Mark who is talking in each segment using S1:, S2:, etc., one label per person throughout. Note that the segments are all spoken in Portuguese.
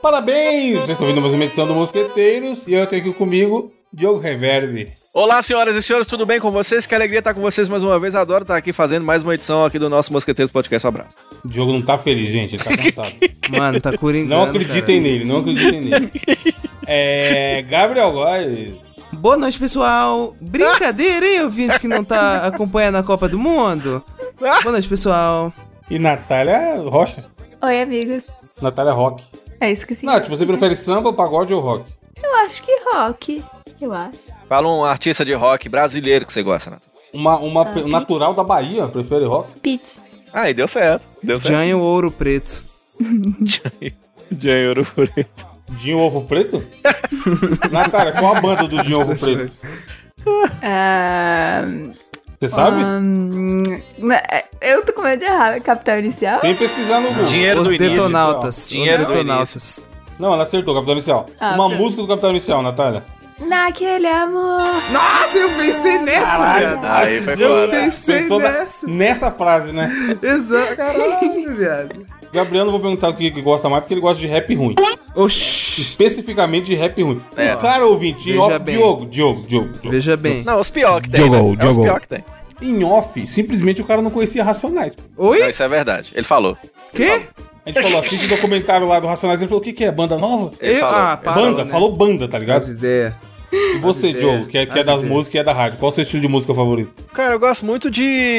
S1: Parabéns! Vocês estão vindo mais uma edição do Mosqueteiros e eu tenho aqui comigo Diogo Reverde.
S2: Olá, senhoras e senhores, tudo bem com vocês? Que alegria estar com vocês mais uma vez. Adoro estar aqui fazendo mais uma edição aqui do nosso Mosqueteiros Podcast. Um abraço.
S1: O Diogo não tá feliz, gente, ele tá cansado.
S3: Mano, tá coringando.
S1: Não acreditem nele, não acreditem nele. É. Gabriel Góes.
S3: Boa noite, pessoal. Brincadeira, hein, ouvinte que não tá acompanhando a Copa do Mundo? Boa noite, pessoal.
S1: E Natália Rocha.
S4: Oi, amigos.
S1: Natália Rock.
S4: É isso que se
S1: Nath, você prefere samba, pagode ou rock?
S4: Eu acho que rock. Eu acho.
S2: Fala um artista de rock brasileiro que você gosta, Nath.
S1: Uma, uma pe- natural da Bahia prefere rock?
S4: Pete.
S2: Aí, deu certo. Deu certo.
S3: Janho Ouro Preto.
S2: Jânio Ouro Preto.
S1: Dinho Ovo Preto? Natália, qual a banda do Dinho Ovo Preto?
S4: Ah,
S1: Você sabe?
S4: hum, eu tô com medo de errar. né? Capital Inicial?
S1: Sem pesquisar no Google.
S2: Dinheiro
S3: Os
S2: do início.
S3: detonautas.
S2: Dinheiro
S3: Os
S2: do
S3: detonautas.
S1: Não, ela acertou, Capitão Inicial.
S4: Ah,
S1: Uma
S4: tá.
S1: música do Capitão Inicial, Natália.
S4: Naquele amor.
S3: Nossa, eu pensei nessa, viado.
S2: Aí foi
S1: Eu
S2: fora.
S3: pensei
S1: Pensou na-
S3: nessa.
S1: nessa frase, né?
S3: Exato, caralho, viado.
S1: Gabriel, não vou perguntar o que que gosta mais, porque ele gosta de rap ruim.
S3: Oxi.
S1: Especificamente de rap ruim.
S2: É.
S1: O cara ouvinte, em
S3: Veja
S1: off,
S3: bem.
S1: Diogo, Diogo, Diogo, Diogo.
S3: Veja bem.
S2: Não, os pior que tem.
S1: Diogo,
S2: né? É os
S1: Diogo.
S2: pior que tem.
S1: Em off, simplesmente o cara não conhecia Racionais.
S2: Não,
S3: Oi?
S2: isso é verdade. Ele falou.
S3: Quê?
S1: A gente falou, assiste o documentário lá do Racionais, ele falou, o que que é, banda nova?
S2: Ele
S3: Eu-
S2: falou.
S3: ah, pá. Parou,
S1: banda,
S3: né?
S1: falou banda, tá
S3: As
S1: ligado?
S3: ideias.
S1: E você,
S3: as
S1: Diogo,
S3: ideias,
S1: que é, que é
S3: as
S1: das
S3: ideias.
S1: músicas e é da rádio, qual o seu estilo de música favorito?
S2: Cara, eu gosto muito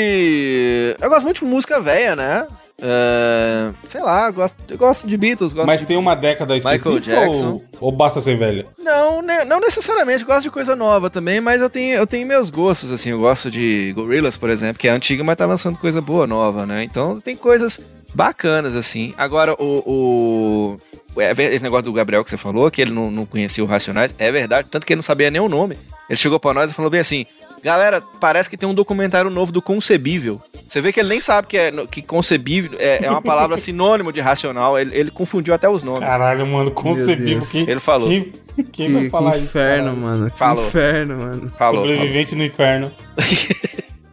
S2: de. Eu gosto muito de música velha, né? É, Sei lá, eu gosto, eu gosto de Beatles, gosto
S1: Mas
S2: de.
S1: tem uma década específica
S2: Jackson.
S1: Ou, ou basta ser velha?
S2: Não, ne- não necessariamente, gosto de coisa nova também, mas eu tenho, eu tenho meus gostos, assim. Eu gosto de Gorillaz, por exemplo, que é antiga, mas tá lançando coisa boa nova, né? Então tem coisas bacanas, assim. Agora, o. o... é, ver- Esse negócio do Gabriel que você falou, que ele não, não conhecia o Racionais, é verdade, tanto que ele não sabia nem o nome. Ele chegou pra nós e falou bem assim: Galera, parece que tem um documentário novo do Concebível. Você vê que ele nem sabe que, é, no- que concebível é, é uma palavra sinônimo de racional, ele, ele confundiu até os nomes.
S1: Caralho, mano, concebível.
S3: Deus.
S1: Quem,
S2: Ele falou.
S1: Quem, quem
S3: Que,
S1: vai
S3: que
S1: falar isso?
S3: inferno,
S1: caralho?
S3: mano. Que
S2: Falou.
S3: inferno, mano.
S2: Falou. falou.
S1: Sobrevivente no inferno.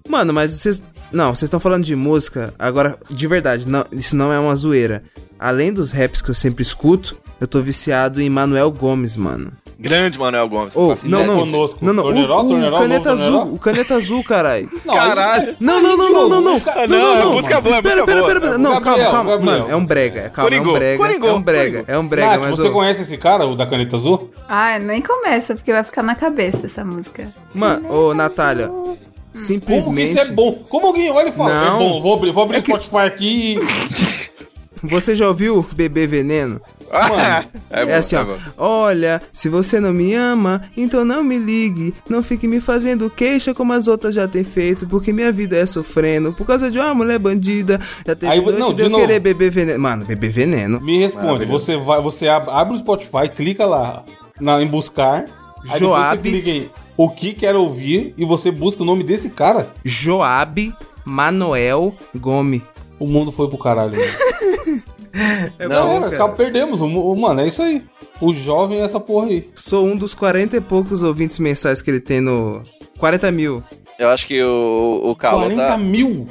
S3: Mano, mas vocês. Não, vocês estão falando de música. Agora, de verdade, não- isso não é uma zoeira. Além dos raps que eu sempre escuto, eu tô viciado em Manuel Gomes, mano.
S2: Grande Manuel Gomes.
S1: tá
S3: Ô,
S2: Faço
S3: não,
S2: ideia.
S3: não.
S1: Conosco.
S3: Não, não. O,
S1: Torneirol,
S3: o
S1: torneirol,
S3: caneta
S1: novo
S3: azul,
S1: torneirol.
S3: o caneta azul, caralho.
S1: Não,
S2: Caralho.
S3: Não, não, não, não, não, não.
S1: Cara,
S2: não, é
S3: mano.
S2: música boa, é
S3: Pera,
S2: música
S3: pera,
S2: boa.
S3: pera, pera. Não,
S1: Gabriel,
S3: calma, calma.
S1: Gabriel.
S3: Mano, é um brega. Calma, é
S2: Coringou,
S3: um brega. É
S2: coringou,
S3: um brega.
S2: coringou.
S3: É um brega,
S1: Nath,
S3: mas
S1: você
S3: ô,
S1: conhece esse cara, o da caneta azul?
S4: Ai, Ah, nem começa, porque vai ficar na cabeça essa música.
S3: Mano, ô Natália,
S1: Como que
S3: simplesmente
S1: isso é bom? Como alguém olha e fala,
S3: Não.
S1: é bom, vou abrir, vou abrir o Spotify aqui e...
S3: você já ouviu Bebê Veneno?
S1: Mano,
S2: é, bom,
S3: Ah, É assim,
S2: é
S3: ó.
S2: bom.
S3: Olha, se você não me ama, então não me ligue. Não fique me fazendo queixa como as outras já têm feito, porque minha vida é sofrendo por causa de uma mulher bandida. Já teve
S1: Aí vo-
S3: noite
S1: não, de
S3: de eu
S1: novo.
S3: querer beber veneno. Mano, beber veneno.
S1: me responde, você, vai, você ab- abre o Spotify, clica lá na, em buscar, aí
S3: Joab.
S1: depois você clica em o que quero ouvir e você busca o nome desse cara,
S3: Joab Manoel Gomes.
S1: o mundo foi pro caralho. mano.
S3: É
S1: Não, era, acaba- perdemos, o mu- o- mano, é isso aí. O jovem é essa porra aí.
S3: Sou um dos 40 e poucos ouvintes mensais que ele tem no. 40 mil.
S2: Eu acho que o, o Calma
S1: 40
S2: tá...
S1: mil!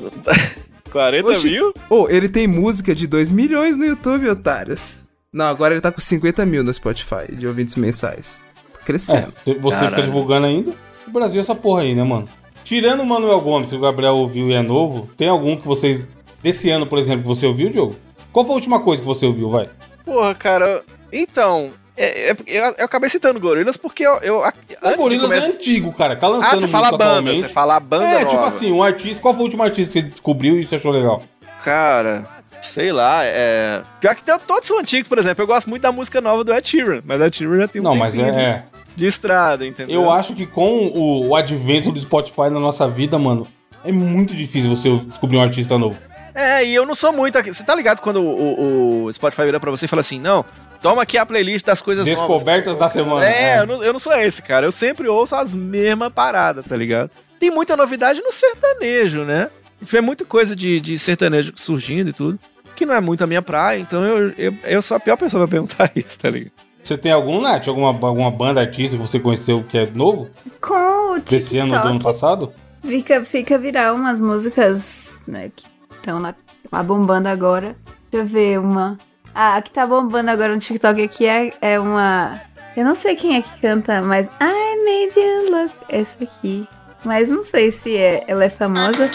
S2: 40
S3: Oxi.
S2: mil?
S3: Ô, ele tem música de 2 milhões no YouTube, otários. Não, agora ele tá com 50 mil no Spotify de ouvintes mensais. Tá
S1: É,
S3: Crescendo.
S1: você fica
S2: Caralho.
S1: divulgando ainda. O Brasil é essa porra aí, né, mano? Tirando o Manuel Gomes, que o Gabriel ouviu e é novo, tem algum que vocês. Desse ano, por exemplo, que você ouviu, Diogo? Qual foi a última coisa que você ouviu, vai?
S2: Porra, cara. Então, é- é- eu, eu acabei citando Gorilas porque eu... eu a-
S1: O
S2: antes
S1: Gorilas
S2: de
S1: é
S2: começar...
S1: antigo, cara. Tá lançando
S2: Ah, você fala
S1: música
S2: banda.
S1: atualmente.
S2: Você fala a banda
S1: É,
S2: nova.
S1: tipo assim, um artista. Qual foi o último artista que você descobriu e você achou legal?
S2: Cara... Sei lá, é... Pior que tem- todos são antigos, por exemplo. Eu gosto muito da música nova do Ed Sheeran, mas o Ed Sheeran já tem um
S1: Não, mas
S2: tempinho
S1: é.
S2: de, de estrada, entendeu?
S1: Eu acho que com o, o advento do Spotify na nossa vida, mano, é muito difícil você descobrir um artista novo.
S2: É, e eu não sou muito... aqui- Você tá ligado quando o, o- o Spotify vira pra você e fala assim, não, toma aqui a playlist das coisas novas.
S1: Descobertas da semana.
S2: É, Eu, não, eu não sou esse, cara. Eu sempre ouço as mesmas paradas, tá ligado? Tem muita novidade no sertanejo, né? A gente vê muita coisa de, de sertanejo surgindo e tudo, que não é muito a minha praia, então eu, eu, eu sou a pior pessoa pra perguntar isso, tá ligado?
S1: Você tem algum, Nath? Alguma, alguma banda artista que você conheceu que é novo?
S4: Com o
S1: Desse ano do ano
S4: TikTok,
S1: passado?
S4: fica, fica virar umas tá músicas né, que estão lá, lá bombando agora. Deixa eu ver uma. Ah, a que tá bombando agora no TikTok aqui é, é uma. Eu não sei quem é que canta, mas. I made you look. Essa aqui. Mas não sei se é, ela é famosa.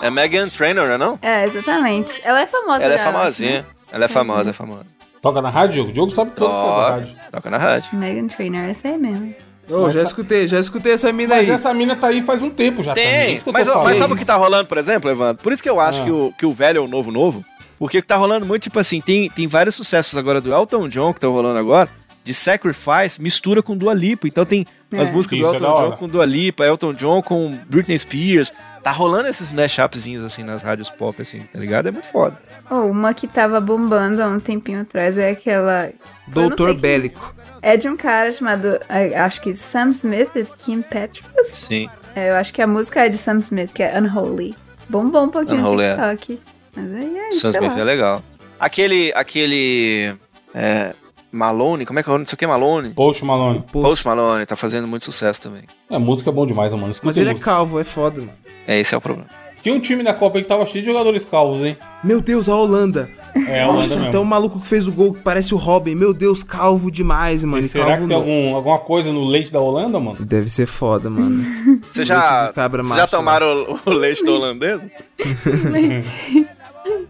S2: É Megan Trainor, não é não?
S4: É, exatamente. Ela é famosa.
S2: Ela é
S4: já, eu acho,
S2: famosinha. Ela é famosa, é famosa.
S1: Toca na rádio, Diogo? O Diogo sabe todas as coisas da rádio.
S2: Toca, toca na rádio.
S4: né? Megan Trainor, essa é mesmo.
S3: Ô,
S1: Mas
S3: já
S1: sa-
S3: escutei, já escutei essa mina
S1: Mas
S3: aí.
S1: essa mina tá aí faz um tempo já. também, é
S2: Tem,
S1: isso que eu tô
S2: mas, ó, mas
S1: falando.
S2: sabe o que tá rolando, por exemplo, Evandro? Por isso que eu acho
S1: Ah.
S2: que, o, que o velho é o novo novo, porque o que tá rolando muito, tipo assim, tem, tem vários sucessos agora do Elton John que estão rolando agora, de Sacrifice, mistura com Dua Lipa, então tem
S4: É.
S2: as músicas
S1: Isso é
S2: do
S1: da
S2: Elton
S1: hora.
S2: John com Dua Lipa, Elton John com Britney Spears, tá rolando esses mashupzinhos, assim, nas rádios pop, assim, tá ligado? É muito foda.
S4: Oh, uma que tava bombando há um tempinho atrás é aquela.
S3: Doutor
S4: Eu não sei
S3: Bélico.
S4: É de um cara chamado. ah, Acho que Sam Smith e Kim Petras.
S2: Sim.
S4: É, eu acho que a música é de Sam Smith, que é Unholy. Bombou um pouquinho
S2: Unholy, é.
S4: no TikTok. Mas aí é
S2: Sam
S4: isso.
S2: Smith é legal. Aquele, aquele, é, Malone, como é que é o nome disso aqui? Malone?
S1: Post Malone.
S3: Poxa.
S2: Post Malone, tá fazendo muito sucesso também.
S1: É, música é bom demais, mano. Escutei
S3: Mas ele é
S1: música.
S3: calvo, é foda, mano.
S2: É, esse é o problema.
S1: Tinha um time da Copa aí que tava cheio de jogadores calvos, hein?
S3: Meu Deus, a Holanda.
S1: É, a
S3: Nossa,
S1: Holanda mesmo.
S3: então o maluco que fez o gol que parece o Robin. Meu Deus, calvo demais, mano.
S1: E
S3: E
S1: será
S3: calvo
S1: que tem
S3: não.
S1: algum, alguma coisa no leite da Holanda, mano?
S3: Deve ser foda, mano.
S2: Vocês já,
S3: Leite de cabra
S2: vocês
S3: macho,
S2: já tomaram o, o leite do holandês?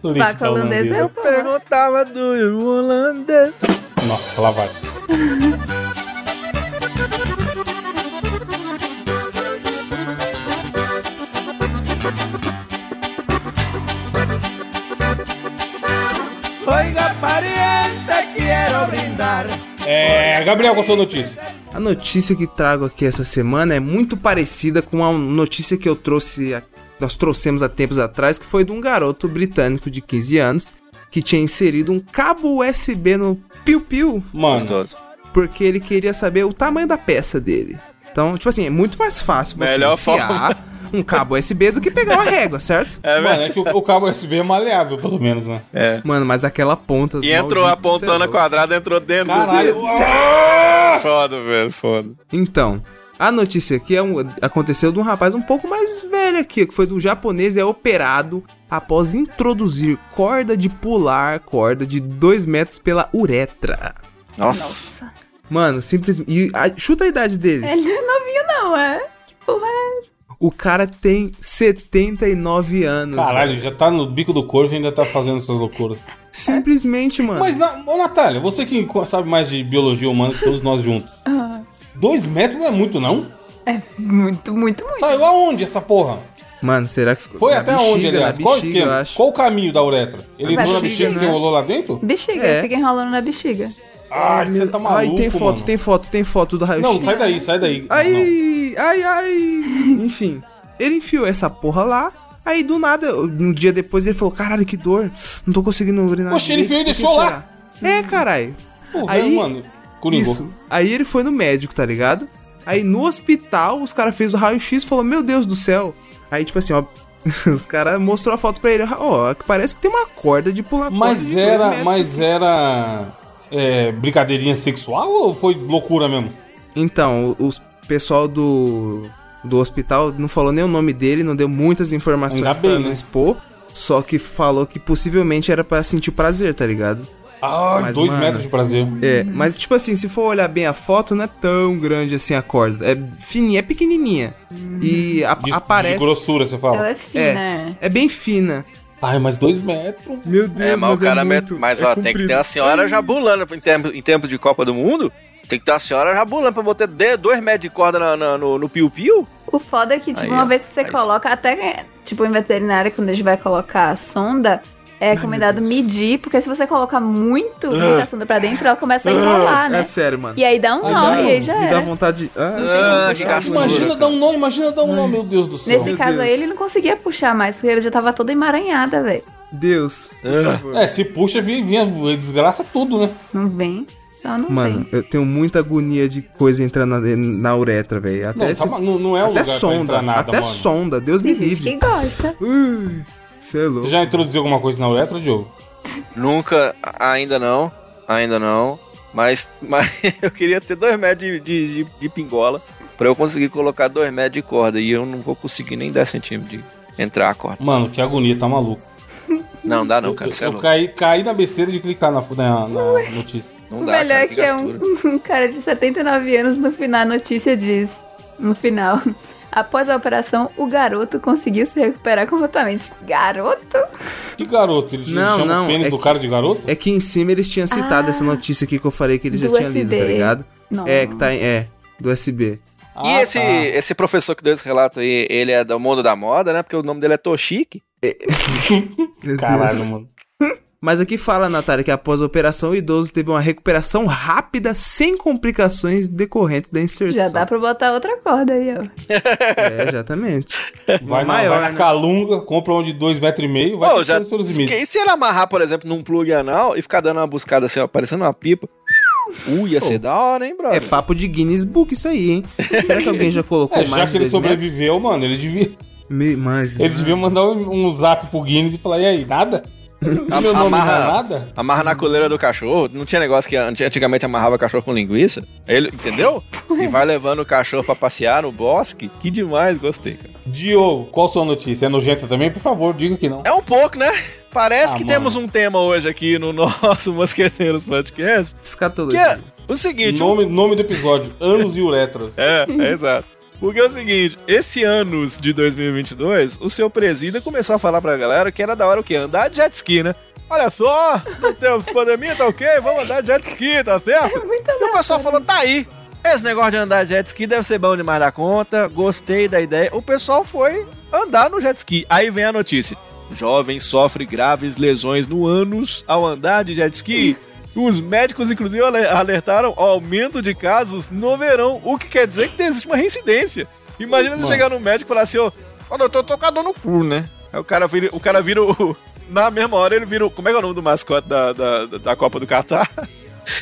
S1: Leite
S4: Paca
S1: da
S4: holandesa é boa.
S2: Perguntava do holandês.
S1: Nossa, lá vai. É, Gabriel, qual a sua notícia?
S3: A notícia que trago aqui essa semana é muito parecida com a notícia que eu trouxe, a- nós trouxemos há tempos atrás, que foi de um garoto britânico de 15 anos que tinha inserido um cabo USB no piu-piu
S1: Mano,
S2: Gostoso.
S3: porque ele queria saber o tamanho da peça dele. Então, tipo assim, é muito mais fácil você
S2: Melhor
S3: enfiar
S2: forma.
S3: um cabo USB do que pegar uma régua, certo?
S2: É,
S1: mano,
S2: velho.
S1: é que o, o cabo USB é maleável, pelo menos, né?
S2: É.
S3: Mano, mas aquela ponta.
S2: E entrou
S3: maldita,
S2: apontando a
S3: cê é louco.
S2: quadrada, entrou dentro.
S1: Caralho, ah,
S2: Assim. Foda, velho, foda.
S3: Então, a notícia aqui é um- aconteceu de um rapaz um pouco mais velho aqui, que foi do japonês e é operado após introduzir corda de pular, corda de 2 metros pela uretra.
S2: Nossa.
S4: Nossa.
S3: Mano, simplesmente. E a- chuta a idade dele.
S4: Ele é novinho, não, é? Que porra é?
S3: O cara tem 79 anos. velho.
S1: Caralho, já tá no bico do corvo e ainda tá fazendo essas loucuras.
S3: Simplesmente, mano.
S1: Mas, na, ô, Natália, você que co- sabe mais de biologia humana que todos nós juntos.
S4: Ah,
S1: Dois metros não é muito, não?
S4: é muito, muito, muito.
S1: Saiu aonde essa porra?
S3: Mano, será que ficou.
S1: Foi
S3: na
S1: até
S3: bexiga,
S1: onde,
S3: na
S1: aliás? Qual o
S3: bexiga, eu
S1: esquema?
S3: acho.
S1: Qual o caminho da uretra? Ele
S4: Na
S1: entrou na
S3: bexiga,
S1: bexiga e
S3: né?
S1: rolou lá dentro?
S4: Bexiga,
S3: É.
S4: ele fica enrolando na bexiga.
S1: Ah, você tá maluco,
S3: Ai, tem foto,
S1: mano.
S3: tem foto, tem foto do raio-x.
S1: Não, sai daí, sai daí. Não.
S3: Aí, ai, ai. Enfim, ele enfiou essa porra lá. Aí do nada, um dia depois ele falou: Caralho, que dor. Não tô conseguindo urinar.
S1: Poxa, ele
S3: direito,
S1: veio e
S3: por que
S1: deixou
S3: será?" É, caralho.
S1: Pô,
S3: Aí-
S1: velho, mano, Coringou.
S3: Isso. Aí ele foi no médico, tá ligado? Aí no hospital, os caras fez o raio-x e falou: Meu Deus do céu. Aí, tipo assim, ó. Os caras mostrou a foto pra ele. Ó, parece que tem uma corda de pular corda de
S1: Mas
S3: dois
S1: era,
S3: metros."
S1: mas era é, brincadeirinha sexual ou foi loucura mesmo?
S3: Então, o, o pessoal do, do hospital não falou nem o nome dele, não deu muitas informações
S1: Ainda
S3: pra
S1: bem,
S3: não
S1: né?
S3: expor. Só que falou que possivelmente era pra sentir prazer, tá ligado?
S1: Ah,
S3: Mas,
S1: dois
S3: mano,
S1: metros de prazer.
S3: É, mas tipo assim, se for olhar bem a foto, não é tão grande assim a corda. É fininha, é pequenininha. E a-
S1: De, de
S3: aparece.
S1: grossura, você
S4: Ela
S1: fala.
S4: é fina.
S3: É bem fina.
S1: Ai, mas dois metros.
S3: Meu Deus,
S2: É, mas, o cara. mete-
S3: é
S2: mas, ó, tem que ter a senhora já bulando em tempo, em tempo de Copa do Mundo. Tem que ter a senhora já bulando pra botar de- dois metros de corda na- na- no no piu-piu.
S4: O foda é que, tipo,
S2: Aí, ó.
S4: uma vez que você
S2: Aí.
S4: coloca, até que, tipo, em veterinária, quando a gente vai colocar a sonda, é recomendado
S3: Deus.
S4: medir, porque se você colocar muito muita sonda pra dentro, ela começa a enrolar, né?
S3: É sério, mano.
S4: E aí dá um
S1: Ai,
S4: nó,
S1: não,
S4: e aí já
S3: Me dá
S4: era.
S3: vontade de.
S2: Ah, que gastura.
S1: Imagina dar um nó, imagina dar um nó, meu Deus do céu.
S4: Nesse
S3: Meu
S4: caso aí,
S3: Deus.
S4: ele não conseguia puxar mais, porque ele já tava toda emaranhada, velho.
S3: Deus.
S1: É, se puxa, vinha, vinha desgraça tudo, né?
S4: Não vem, só não
S3: Mano,
S4: vem.
S3: eu tenho muita agonia de coisa entrando na, na uretra, velho. Até,
S1: Não,
S3: esse-
S1: tava- não, não é um
S3: até
S1: lugar pra
S3: sonda,
S1: entrar nada,
S3: até
S1: mano.
S3: sonda, Deus me
S4: Tem gente que
S3: livre.
S4: gosta.
S3: Você é
S1: Você
S3: louco.
S1: já introduziu alguma coisa na uretra, Diogo?
S2: Nunca, a- ainda não, ainda não. Mas, mas eu queria ter dois metros de, de, de- de pingola pra eu conseguir colocar dois metros de corda. E eu não vou conseguir nem 10 centímetros de entrar a corda.
S1: Mano, que agonia, tá maluco.
S2: Não, dá não, cara. Você é
S1: Eu
S2: louco.
S1: caí, caí na besteira de clicar na, na- na notícia.
S2: Não
S4: O
S2: dá,
S4: melhor
S2: cara.
S4: é
S2: Que
S4: que é
S2: gastura.
S4: um, um cara de 79 anos no final, a notícia diz, no final, após a operação, o garoto conseguiu se recuperar completamente. Garoto?
S1: Que garoto? Ele
S3: Não,
S1: chama
S3: não,
S1: o pênis
S3: é
S1: do
S3: que-
S1: cara de garoto?
S3: É que em cima eles tinham citado
S4: Ah,
S3: essa notícia aqui que eu falei que ele já
S4: do
S3: tinha lido, tá
S4: USB.
S3: ligado?
S4: Não.
S3: É, que tá em. É, do USB.
S2: E
S1: Ah,
S2: esse,
S1: tá.
S2: esse professor que deu esse relato aí, ele é do mundo da moda, né? Porque o nome dele é Toshiki.
S3: Meu Deus.
S1: Caralho, mano.
S3: Mas aqui fala, Natália, que após a operação, o idoso teve uma recuperação rápida, sem complicações decorrentes da inserção.
S4: Já dá pra botar outra corda aí, ó.
S3: É, exatamente.
S1: Vai, na-
S3: Maior,
S1: vai na
S3: né?
S1: calunga, compra um de 2,5 metros e meio, vai
S2: Pô, já,
S1: testando seus limites.
S2: e se ele amarrar, por exemplo, num plug anal e ficar dando uma buscada assim, ó, parecendo uma pipa. Ui, ia ser da hora, hein,
S3: É
S2: brother?
S3: papo de Guinness Book isso aí, hein? Será que alguém já colocou
S1: É,
S3: mais
S1: já
S3: de
S1: que ele
S3: dois metros?
S1: sobreviveu, mano, ele devia,
S3: Me- Mas,
S1: ele devia mandar um, um zap pro Guinness e falar, e aí, nada?
S2: Am-
S1: Meu nome não é
S2: amarra-
S1: nada?
S2: Amarra na coleira do cachorro. Não tinha negócio que anti- antigamente amarrava cachorro com linguiça? Ele, entendeu? E vai levando o cachorro pra passear no bosque. Que demais, gostei, cara.
S1: Diogo, qual sua notícia? É nojenta também? Por favor, diga que não.
S2: É um pouco, né? Parece
S1: Ah,
S2: que
S1: mano.
S2: temos um tema hoje aqui no nosso Mosqueteiros Podcast. Que
S3: escatologia.
S2: é o seguinte,
S1: Nome, nome do episódio, Anos e Uretras.
S2: É, é exato. Porque é o seguinte, esse ano de 2022, o seu presida começou a falar pra galera que era da hora o quê? Andar de jet ski, né? Olha só, não tem pandemia, tá ok? Vamos andar de jet ski, tá certo? E o pessoal falou, tá aí. Esse negócio de andar de jet ski deve ser bom demais da conta, gostei da ideia. O pessoal foi andar no jet ski. Aí vem a notícia. Jovem sofre graves lesões no ânus ao andar de jet ski. Os médicos, inclusive, ale- alertaram ao aumento de casos no verão, o que quer dizer que existe uma reincidência. Imagina você
S1: Mano.
S2: chegar no médico e falar assim, ó, ó, doutor, tô com a dor no cu, né? Aí o cara vira, o cara vira o... Na mesma hora ele vira o... Como é que é o nome do mascote da, da, da Copa do Catar?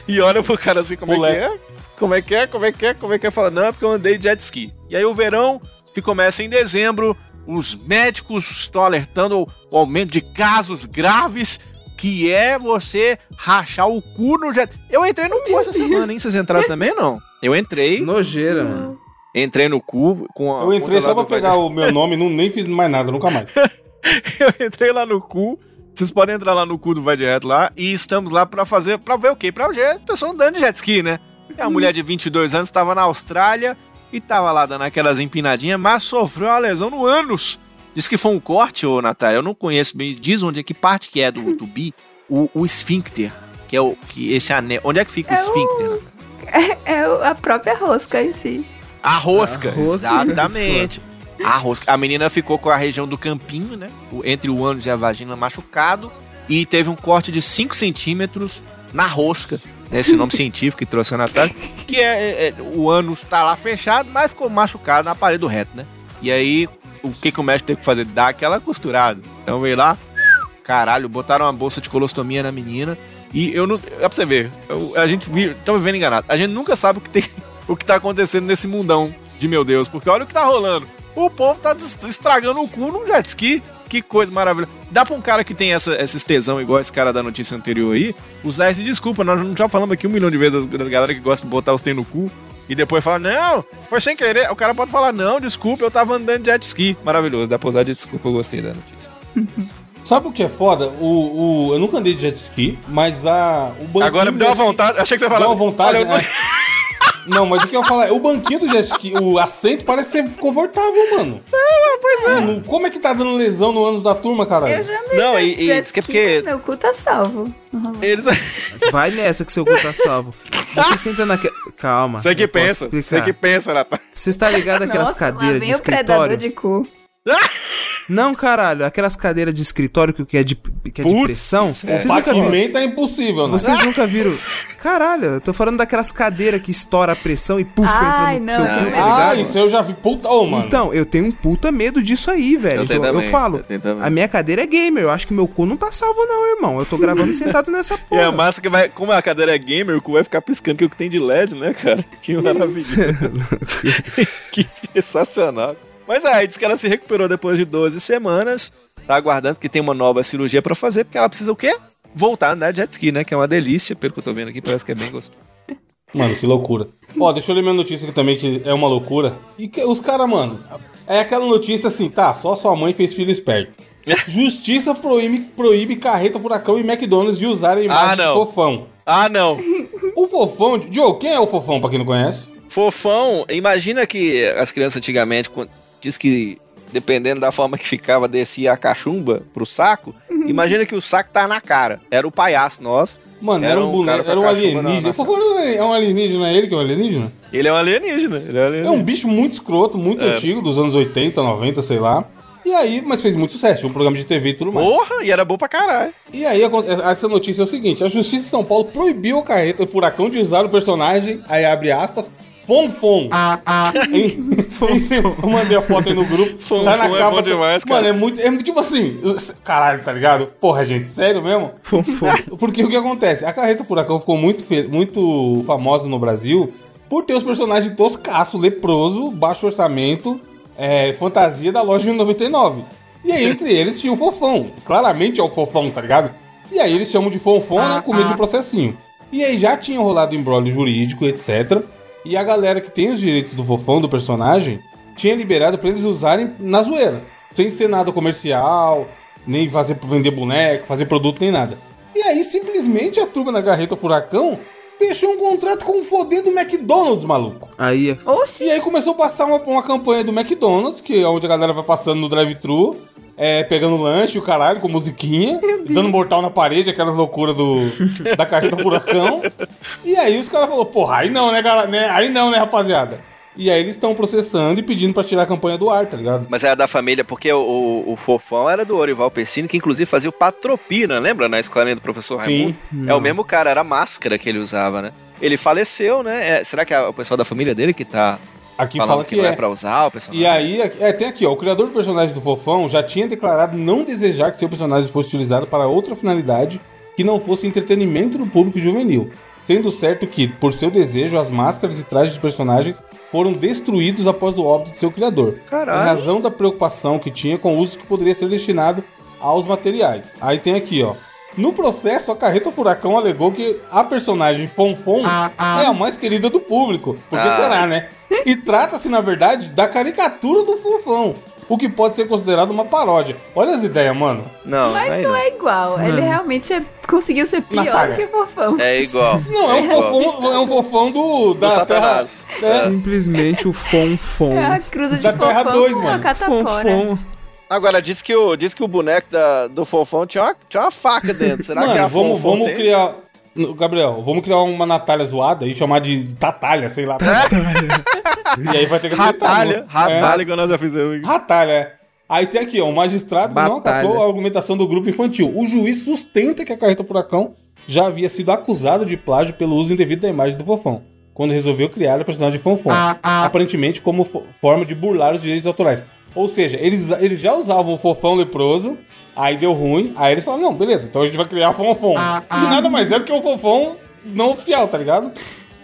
S2: E olha pro cara assim, como
S1: Pulé.
S2: é que é? Como é que é? Como é que é? Como é que é? Fala, não, é porque eu andei de jet ski. E aí o verão, que começa em dezembro, os médicos estão alertando o aumento de casos graves, que é você rachar o cu no jet. Eu entrei no cu essa semana, hein? Vocês entraram também não? Eu entrei,
S3: Nojeira, mano.
S2: entrei no cu com a.
S1: Eu entrei só pra
S2: conta lá do-
S1: pegar o meu nome, não, nem fiz mais nada, nunca mais.
S2: Eu entrei lá no cu. Vocês podem entrar lá no cu do Vai Direto lá e estamos lá pra fazer, pra ver o quê? Pra ver as pessoas andando de jet ski, né? E a mulher de 22 anos estava na Austrália e tava lá dando aquelas empinadinhas, mas sofreu uma lesão no ânus. Diz que foi um corte, ô Natália, eu não conheço bem, diz onde é que parte que é do, do bi, o, o esfíncter, que é o que esse anel, onde é que fica o
S4: É o-
S2: esfíncter?
S4: É o- a própria rosca em si.
S2: A rosca.
S3: A rosca.
S2: Exatamente. A rosca. A menina ficou com a região do campinho, né? O- Entre o ânus e a vagina machucado. E teve um corte de 5 centímetros na rosca. né? Esse nome científico que trouxe a Natália. Que é, é- é- o ânus tá lá fechado, mas ficou machucado na parede do reto, né? E aí, o que, que o médico teve que fazer? Dar aquela costurada. Então veio lá, caralho, botaram uma bolsa de colostomia na menina. E eu não. É pra você ver. eu- a gente vi, tá vivendo enganado. A gente nunca sabe o que, tem, o que tá acontecendo nesse mundão de meu Deus. Porque olha o que tá rolando. O povo tá des- estragando o cu num jet ski. Que coisa maravilhosa. Dá pra um cara que tem essa, essa tesão igual esse cara da notícia anterior aí, usar esse desculpa. Nós não já falamos aqui um milhão de vezes das, das galera que gosta de botar os tem no cu e depois falar, não, foi sem querer. O cara pode falar, não, desculpa, eu tava andando de jet ski. Maravilhoso, dá pra usar de desculpa, eu gostei da notícia.
S1: Sabe o que é foda? O, o- eu nunca andei de jet ski, mas a, o banquinho.
S2: Agora me deu uma
S1: do jet ski-
S2: vontade, achei que você ia
S1: Deu
S2: falar.
S1: uma vontade.
S2: Olha, eu-
S1: é. Não, mas o que eu ia falar é, o banquinho do jet ski, o assento parece ser confortável, mano. É,
S2: Ah,
S1: pois é. como é que tá dando lesão no ânus da turma, caralho?
S4: Eu já andei
S2: Não,
S4: nesse
S2: e- e
S4: jet
S2: diz que é
S4: ski,
S2: porque-
S4: mas Meu cu tá salvo. Uhum.
S2: Eles...
S3: Vai nessa que seu cu tá salvo. Você senta naquela. Calma.
S2: Você que
S3: eu posso
S2: pensa, você
S3: explicar.
S2: que pensa, Natal.
S3: Você está ligado àquelas
S4: Nossa, lá
S3: cadeiras de
S4: vem o predador
S3: escritório?
S4: de cu.
S3: Não, caralho, aquelas cadeiras de escritório que que é de, que é de
S2: Putz,
S3: pressão.
S2: isso é.
S3: Vocês nunca viram.
S1: Pac-Man tá impossível, né?
S3: Vocês nunca viram. Caralho, eu tô falando daquelas cadeiras que estoura a pressão e puf,
S4: Ai,
S3: entra no
S4: não,
S3: seu
S4: eu
S3: cu,
S4: tenho
S3: tá
S4: medo.
S1: Ah,
S3: ligado?
S1: isso eu já vi. Puta, ô, mano.
S3: Então, eu tenho um puta medo disso aí, velho.
S2: Eu tenho
S3: Então, Eu,
S2: também,
S3: falo,
S2: eu tenho também.
S3: a minha cadeira é gamer, eu acho que meu cu não tá salvo não, irmão. Eu tô gravando sentado nessa
S2: E a
S3: porra.
S2: massa que vai. Como a cadeira é gamer, o cu vai ficar piscando que o que tem de LED, né, cara? Que maravilha. que sensacional. Mas é, aí, diz que ela se recuperou depois de 12 semanas. Tá aguardando que tem uma nova cirurgia pra fazer, porque ela precisa o quê? Voltar a andar de jet ski, né? Que é uma delícia, pelo que eu tô vendo aqui, parece que é bem gostoso.
S1: Mano, que loucura. Ó, deixa eu ler minha notícia aqui também, que é uma loucura. E que- os caras, mano, é aquela notícia assim, tá, só sua mãe fez filho esperto. Justiça proíbe, proíbe carreta, furacão e McDonald's de usarem imagem de
S2: não.
S1: fofão.
S2: Ah, não.
S1: O fofão, Diogo, quem é o fofão, pra quem não conhece?
S2: Fofão, imagina que as crianças antigamente quando- diz que dependendo da forma que ficava descia a cachumba pro saco. Imagina que o saco tá na cara. Era o palhaço nosso.
S1: Mano, era,
S2: Era
S1: um
S2: um
S1: boneco,
S2: cara com a
S1: era um
S2: cachumba na-
S1: alienígena.
S2: na
S1: O fofão não é é um alienígena, é ele que é um alienígena?
S2: Ele é um alienígena. Ele é um
S1: É
S2: alienígena.
S1: um bicho muito escroto, muito
S2: É.
S1: antigo, dos anos 80, 90, sei lá. E aí, mas fez muito sucesso, tinha um programa de TV e tudo mais.
S2: Porra, e era bom pra caralho.
S1: E aí, aconte- essa notícia é o seguinte: a Justiça de São Paulo proibiu a carreta do furacão de usar o personagem, aí abre aspas, Fonfon.
S2: Ah,
S1: Em- em seu- Eu mandei a foto aí no grupo.
S2: Fonfon
S1: tá na
S2: é
S1: capa.
S2: bom demais, cara.
S1: Mano, é muito. É tipo assim. Caralho, tá ligado? Porra, gente, sério mesmo?
S2: É,
S1: Porque o que acontece? A carreta Furacão ficou muito, fe- muito famosa no Brasil por ter os personagens toscaço, leproso, baixo orçamento, é, fantasia da loja de 99. E aí, entre eles, tinha o Fofão. Claramente é o Fofão, tá ligado? E aí eles chamam de Fonfon, né? Com medo de processinho. E aí já tinha rolado embrólio jurídico, etc. E a galera que tem os direitos do Fofão, do personagem, tinha liberado pra eles usarem na zoeira. Sem ser nada comercial, nem fazer vender boneco, fazer produto, nem nada. E aí, simplesmente, a turma da Garreta Furacão fechou um contrato com o foder do McDonald's, maluco.
S3: Aí é.
S4: Oxi!
S1: E aí começou a passar uma, uma campanha do McDonald's, que é onde a galera vai passando no drive-thru, é, pegando lanche, e o caralho, com musiquinha, dando mortal na parede, aquelas loucuras do, da carreta furacão. E aí os caras falaram, porra, aí não, né, galera, né? Aí não, né, rapaziada? E aí eles estão processando e pedindo pra tirar a campanha do ar, tá ligado?
S2: Mas era da família, porque o, o- o Fofão era do Orival Pessino, que inclusive fazia o Patropina, lembra? Na escolinha do professor Raimundo.
S1: Sim.
S2: É o mesmo cara, era a máscara que ele usava, né? Ele faleceu, né? É, será que é o pessoal da família dele que tá
S1: Aqui
S2: falando
S1: fala
S2: que,
S1: que
S2: não é.
S1: é.
S2: pra usar o pessoal?
S1: E aí, é, tem aqui, ó. O criador do personagem do Fofão já tinha declarado não desejar que seu personagem fosse utilizado para outra finalidade que não fosse entretenimento do público juvenil. Sendo certo que, por seu desejo, as máscaras e trajes de personagens foram destruídos após o óbito de seu criador. Em
S2: Caralho.
S1: razão da preocupação que tinha com o uso que poderia ser destinado aos materiais. Aí tem aqui, ó. No processo, a Carreta Furacão alegou que a personagem Fonfon é a mais querida do público. Porque
S2: Ah.
S1: será, né? E trata-se, na verdade, da caricatura do Fonfon, o que pode ser considerado uma paródia. Olha as ideias, mano.
S2: Não,
S4: Mas
S2: aí
S4: não é igual. Ele
S3: Mano.
S4: realmente é- conseguiu ser pior
S1: Natália.
S4: que fofão.
S2: É igual.
S1: Não, é um
S2: igual.
S1: fofão, é um fofão do,
S2: Do
S1: da terra,
S2: Satanás.
S1: é.
S3: Simplesmente o Fonfon.
S4: É a cruza de
S1: Da
S4: fofão
S1: Terra dois,
S4: com
S1: mano.
S4: a catapora.
S3: Fonfon.
S2: Agora, diz que o, diz que o boneco da- do Fofão tinha uma, tinha uma faca dentro. Será que é
S1: Mano,
S2: a
S1: vamos,
S2: Fofão
S1: vamos
S2: tem?
S1: criar. Gabriel, vamos criar uma Natália zoada e chamar de Tatalha, sei lá. e aí vai ter que aceitar,
S2: Ratalha.
S1: né?
S2: Ratalha, que nós já fizemos.
S1: É, ratalha, é. Aí tem aqui, ó, o magistrado não
S3: Batalha.
S1: acatou a argumentação do grupo infantil. O juiz sustenta que a carreta furacão já havia sido acusado de plágio pelo uso indevido da imagem do fofão, quando resolveu criar o personagem Fonfon,
S5: Ah,
S1: aparentemente como fo- forma de burlar os direitos autorais. Ou seja, eles, eles já usavam o fofão leproso, aí deu ruim, aí eles falaram, não, beleza, então a gente vai criar o fonfon. E nada mais é do que um fofão não oficial, tá ligado?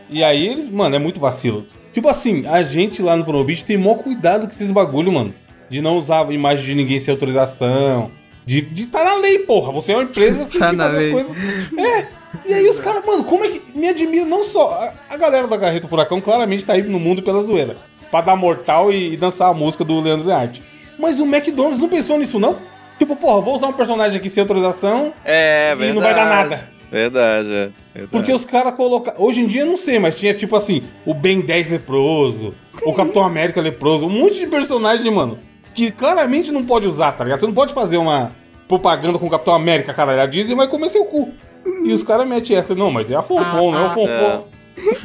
S1: E aí eles, mano, é muito vacilo. Tipo assim, a gente lá no Promobit tem maior cuidado com esses bagulho, mano. De não usar a imagem de ninguém sem autorização. De, de tá na lei, porra. Você é uma empresa, você
S3: Tá
S1: tem que
S3: na
S1: fazer
S3: lei.
S1: as coisas. É. E aí os caras, mano, como é que. Me admira não só. A, a galera da Garreta Furacão claramente tá aí no mundo pela zoeira. Pra dar mortal e, e dançar a música do Leandro Learte. Mas o McDonald's não pensou nisso, não? Tipo, porra, vou usar um personagem aqui sem autorização
S2: É,
S1: e não vai dar nada.
S2: Verdade, é. Verdade.
S1: Porque os caras colocaram. Hoje em dia eu não sei, mas tinha tipo assim, o Ben 10 leproso, o Capitão América leproso, um monte de personagem, mano, que claramente não pode usar, tá ligado? Você não pode fazer uma propaganda com o Capitão América, cara. A Disney vai comer seu cu. E os caras metem essa, não, mas é a
S2: Ah,
S1: Fonfon, não é o Fonfon.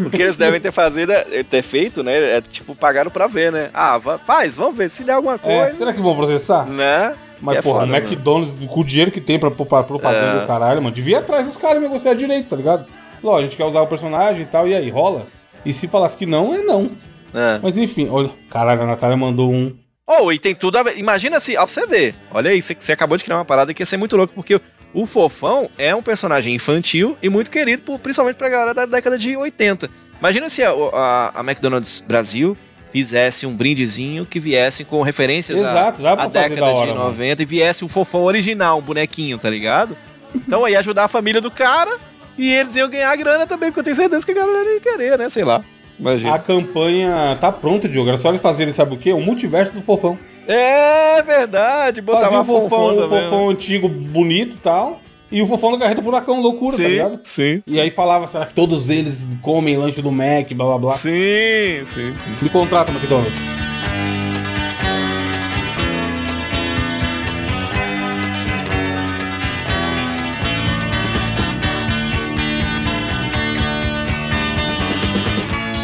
S2: O que eles devem ter, fazido, é- ter feito, né? É tipo, pagaram pra ver, né? Ah, va- faz, vamos ver se der alguma
S1: É,
S2: coisa.
S1: será que vão processar?
S2: Né?
S1: Mas,
S2: É
S1: porra,
S2: foda,
S1: o McDonald's, com o dinheiro que tem pra, pra propaganda
S2: É.
S1: do caralho, mano, devia ir atrás dos caras e negociar direito, tá ligado? Lógico, a gente quer usar o personagem e tal, e aí, rola? E se falasse que não, é não.
S2: É.
S1: Mas enfim, olha. Caralho, a Natália mandou um.
S2: Oh, e tem tudo a ver. Imagina se, ó, pra você ver. Olha aí, você- você acabou de criar uma parada que ia ser muito louco, porque o Fofão é um personagem infantil e muito querido, por- principalmente pra galera da década de 80. Imagina se a, a- a McDonald's Brasil fizesse um brindezinho que viesse com referências à-
S1: Exato, dá pra
S2: à
S1: fazer
S2: década
S1: da hora.
S2: de
S1: mano.
S2: 90 e viesse o Fofão original, um bonequinho, tá ligado? Então aí ia ajudar a família do cara e eles iam ganhar grana também, porque eu tenho certeza que a galera ia querer, né? Sei lá. Imagina.
S1: A campanha tá pronta, Diogo. Era só ele fazer, ele sabe o quê? O multiverso do fofão.
S2: É verdade, botava
S1: Fazia o fofão,
S2: fofona né?
S1: o fofão antigo bonito e tal. E o fofão da carreta furacão, loucura, tá ligado?
S2: Sim, sim,
S1: E aí falava, será que todos eles comem lanche do Mac, blá blá blá.
S2: sim, sim, sim.
S1: Me contrata, McDonald's.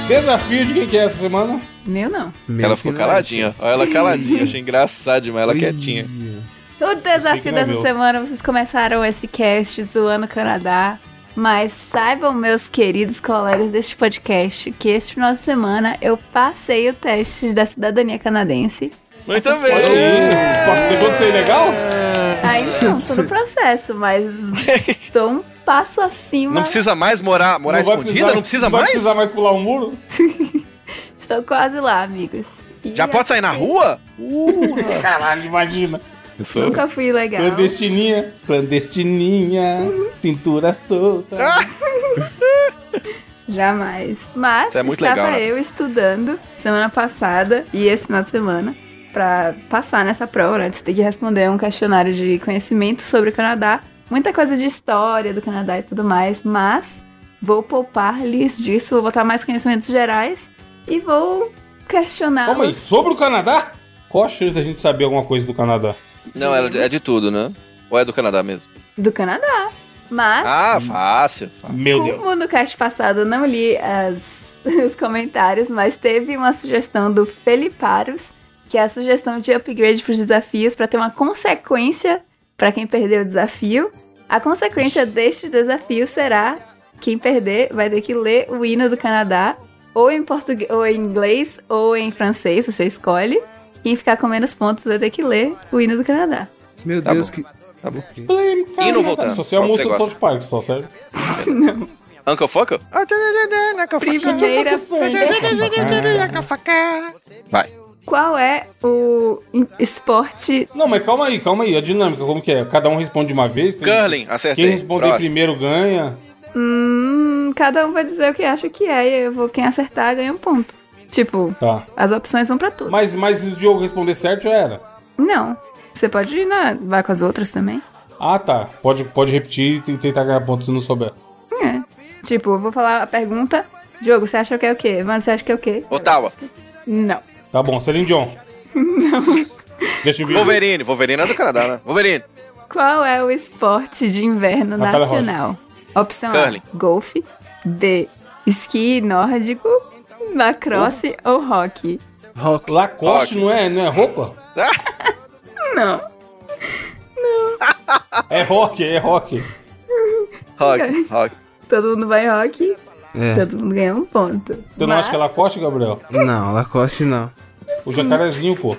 S1: Desafio de quem que é essa semana?
S4: Meu não.
S3: Meu
S2: Ela ficou
S3: que não.
S2: caladinha, ó. Ela caladinha, achei engraçado demais, ela quietinha.
S4: O
S1: que
S4: desafio
S1: não é
S4: dessa
S1: meu.
S4: semana, vocês começaram esse cast zoando o Canadá. Mas saibam, meus queridos colegas deste podcast, que este final de semana eu passei o teste da cidadania canadense.
S2: Muito
S1: Olha
S2: bem!
S1: aí, posso- deixou de ser ilegal?
S4: Ainda não, tô no processo, mas tô um passo acima.
S2: Não precisa mais morar, morar escondida? não precisa
S1: não vai
S2: mais?
S1: precisar mais pular um muro?
S4: Estou quase lá, amigos. E
S2: Já pode sair na
S4: assim,
S2: rua?
S1: Caralho, imagina.
S2: Eu sou-
S4: Nunca fui legal.
S1: Clandestininha, clandestininha, cintura solta.
S4: Jamais. Mas
S2: Isso é muito
S4: estava
S2: legal, né?
S4: eu estudando semana passada e esse final de semana pra passar nessa prova, né? Você tem que responder um questionário de conhecimento sobre o Canadá. Muita coisa de história do Canadá e tudo mais, mas vou poupar-lhes disso, vou botar mais conhecimentos gerais e vou
S1: Calma aí,
S4: questioná-los.
S1: sobre o Canadá? Qual a chance da gente saber alguma coisa do Canadá?
S2: Não, ela é de tudo, né? Ou é do Canadá mesmo?
S4: Do Canadá. Mas
S2: Ah, fácil.
S1: Meu Deus.
S4: Como no cast passado eu não li as- os comentários, mas teve uma sugestão do Feliparos, que é a sugestão de upgrade para os desafios para ter uma consequência para quem perdeu o desafio. A consequência deste desafio será quem perder vai ter que ler o hino do Canadá, ou em português, ou em inglês, ou em francês, você escolhe. Quem ficar com menos pontos vai ter que ler o hino do Canadá.
S3: Meu
S2: Tá
S3: Deus,
S2: bom.
S3: que.
S2: Tá bom.
S1: Blame Canadá.
S2: voltando,
S1: Só sei a
S2: qual que
S1: música
S2: você
S1: do
S2: gosta?
S1: South Park, só, sério.
S2: Uncle Foco?
S4: Primeira
S2: Vai.
S4: Qual é o in- esporte
S1: Não, mas calma aí, calma aí. A dinâmica, como que é? Cada um responde de uma vez? tem-
S2: Curling, acertei.
S1: Quem responder
S2: Próximo.
S1: primeiro ganha.
S4: Hum, cada um vai dizer o que acha que é, e eu vou, quem acertar ganha um ponto. Tipo,
S1: Tá.
S4: as opções vão pra todos.
S1: Mas, mas se o Diogo responder certo, já era.
S4: Não. Você pode ir na. Vai com as outras também.
S1: Ah, tá. Pode, pode repetir e tentar ganhar pontos se não souber.
S4: É. Tipo, eu vou falar a pergunta. Diogo, você acha que é o quê? Mano, você acha que é o quê?
S2: Ottawa.
S4: Não.
S1: Tá bom, Celine Dion. Não. Deixa eu ver.
S2: Wolverine. Wolverine é do Canadá, né? Wolverine.
S4: Qual é o esporte de inverno
S1: Natália
S4: nacional? Opção
S2: Curling.
S4: A, golfe. B, esqui nórdico. Lacrosse ou hockey?
S3: Rock.
S1: Lacoste
S2: Ok.
S1: não é, não é roupa?
S4: Não.
S1: É rock, é rock.
S2: Rock.
S4: é
S2: Rock.
S4: Todo mundo vai hockey,
S3: É.
S4: todo mundo ganha um ponto.
S1: Você não acha que é Lacoste, Gabriel?
S3: Não, Lacoste não.
S1: O jacarezinho, pô.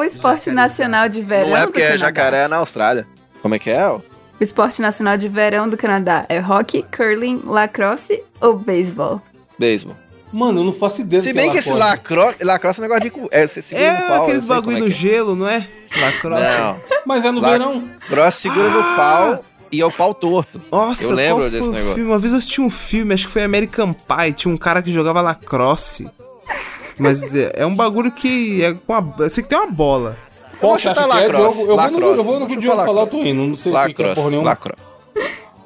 S4: o esporte nacional de verão?
S2: Não é
S4: do
S2: porque é
S4: Canadá?
S2: jacaré é na Austrália. Como é que é? ó?
S4: O esporte nacional de verão do Canadá é hockey, curling, lacrosse ou beisebol?
S2: Beisebol.
S1: Mano, eu não faço ideia do é
S2: Se bem que esse
S1: Lacoste.
S2: lacrosse, lacrosse é negócio de... cu- É, você segura
S3: É
S2: no pau. eu
S3: aqueles
S2: sei como
S3: bagulho
S2: é
S3: no
S2: que
S3: gelo, não é?
S2: é.
S3: Lacrosse.
S2: Não.
S1: Mas é no
S2: Lac-
S1: verão.
S2: Cross segura
S1: Ah!
S2: no pau e é o pau torto.
S3: Nossa,
S2: Eu lembro
S3: qual foi
S2: desse
S3: o
S2: negócio.
S3: filme? Uma vez eu assisti um filme, acho que foi American Pie, tinha um cara que jogava lacrosse. Mas é, é um bagulho que é com a. Eu sei que tem uma bola.
S1: Qual
S2: vou
S1: você acha
S2: chutar
S1: que é,
S2: lacrosse.
S1: Diogo? Eu vou no- eu vou no
S2: Lacrosse.
S1: que o Diogo falar, eu tô indo. Não sei o que que é porra
S2: Lacrosse,
S1: nenhuma.
S2: lacrosse.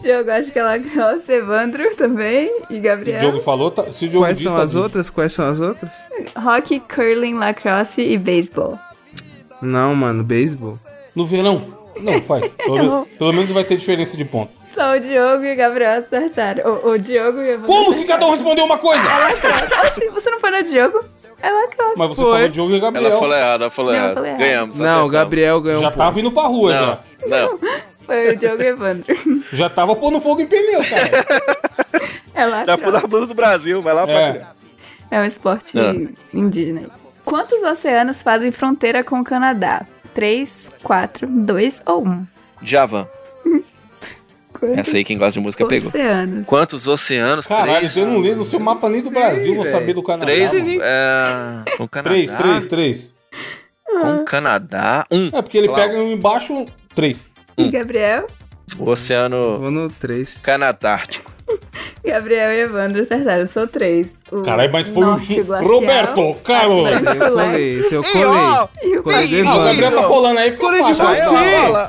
S4: Diogo, acho que é lacrosse, Evandro também e
S1: Se o
S4: Gabriel.
S1: Diogo falou, tá- se o Diogo
S3: Quais
S1: diz,
S3: são
S1: tá
S3: as
S1: dito.
S3: outras? Quais são as outras?
S4: Hockey, curling, lacrosse e beisebol.
S3: Não, mano, beisebol.
S1: No verão. Não, faz. Pelo, menos- pelo menos vai ter diferença de ponto.
S4: Só o Diogo e o Gabriel acertaram. O, o Diogo e o Evandro.
S1: Como se cada um respondeu uma coisa?
S4: É lacrosse. Oxi, você não foi no Diogo? É lacrosse.
S1: Mas você
S3: Foi.
S1: falou Diogo e Gabriel.
S2: Ela falou errado, ela falou
S4: Não, eu
S2: errado.
S4: falei errado.
S2: Ganhamos,
S3: não, o
S2: acertamos.
S3: Gabriel ganhou
S1: Já
S3: um ponto.
S1: tava indo pra rua,
S2: Não,
S1: já.
S2: não.
S4: Foi o Diogo e o Evandro.
S1: Já tava pondo fogo em pneu, cara.
S4: É
S2: Já pus
S4: lacrosse.
S2: a blusa do Brasil, vai lá pra
S1: é.
S2: criar.
S4: É um esporte
S2: Ah.
S4: indígena. Quantos oceanos fazem fronteira com o Canadá? 3, 4, 2 ou 1?
S2: Javan.
S4: Quantos
S2: Essa aí quem gosta de música pegou.
S4: oceanos?
S2: Quantos oceanos?
S1: Caralho,
S2: três,
S1: você não lê no seu mapa nem do Brasil, vou
S3: velho.
S1: saber do Canadá.
S2: três,
S1: mano.
S2: é, com Canadá.
S1: três, três, três.
S2: Com Canadá. Um.
S1: É porque ele
S2: Claro.
S1: pega um embaixo, um- três.
S4: E Gabriel?
S2: O oceano
S3: um- Vou no 3.
S2: Canadártico.
S4: Gabriel e Evandro acertaram, são três. O
S1: Caralho, mas foi o
S4: norte
S1: Ju-
S4: glacial,
S1: Roberto Carlos.
S4: a
S3: Eu
S4: Atlântico
S3: colei, esse eu
S2: Ih,
S3: colei.
S2: ó,
S3: Colei do
S2: ih,
S1: Ah, o Gabriel
S3: Evandro.
S1: tá colando aí, ficou
S3: Colei de
S1: fácil.
S3: você. é
S1: Aí, ó, ó, ó.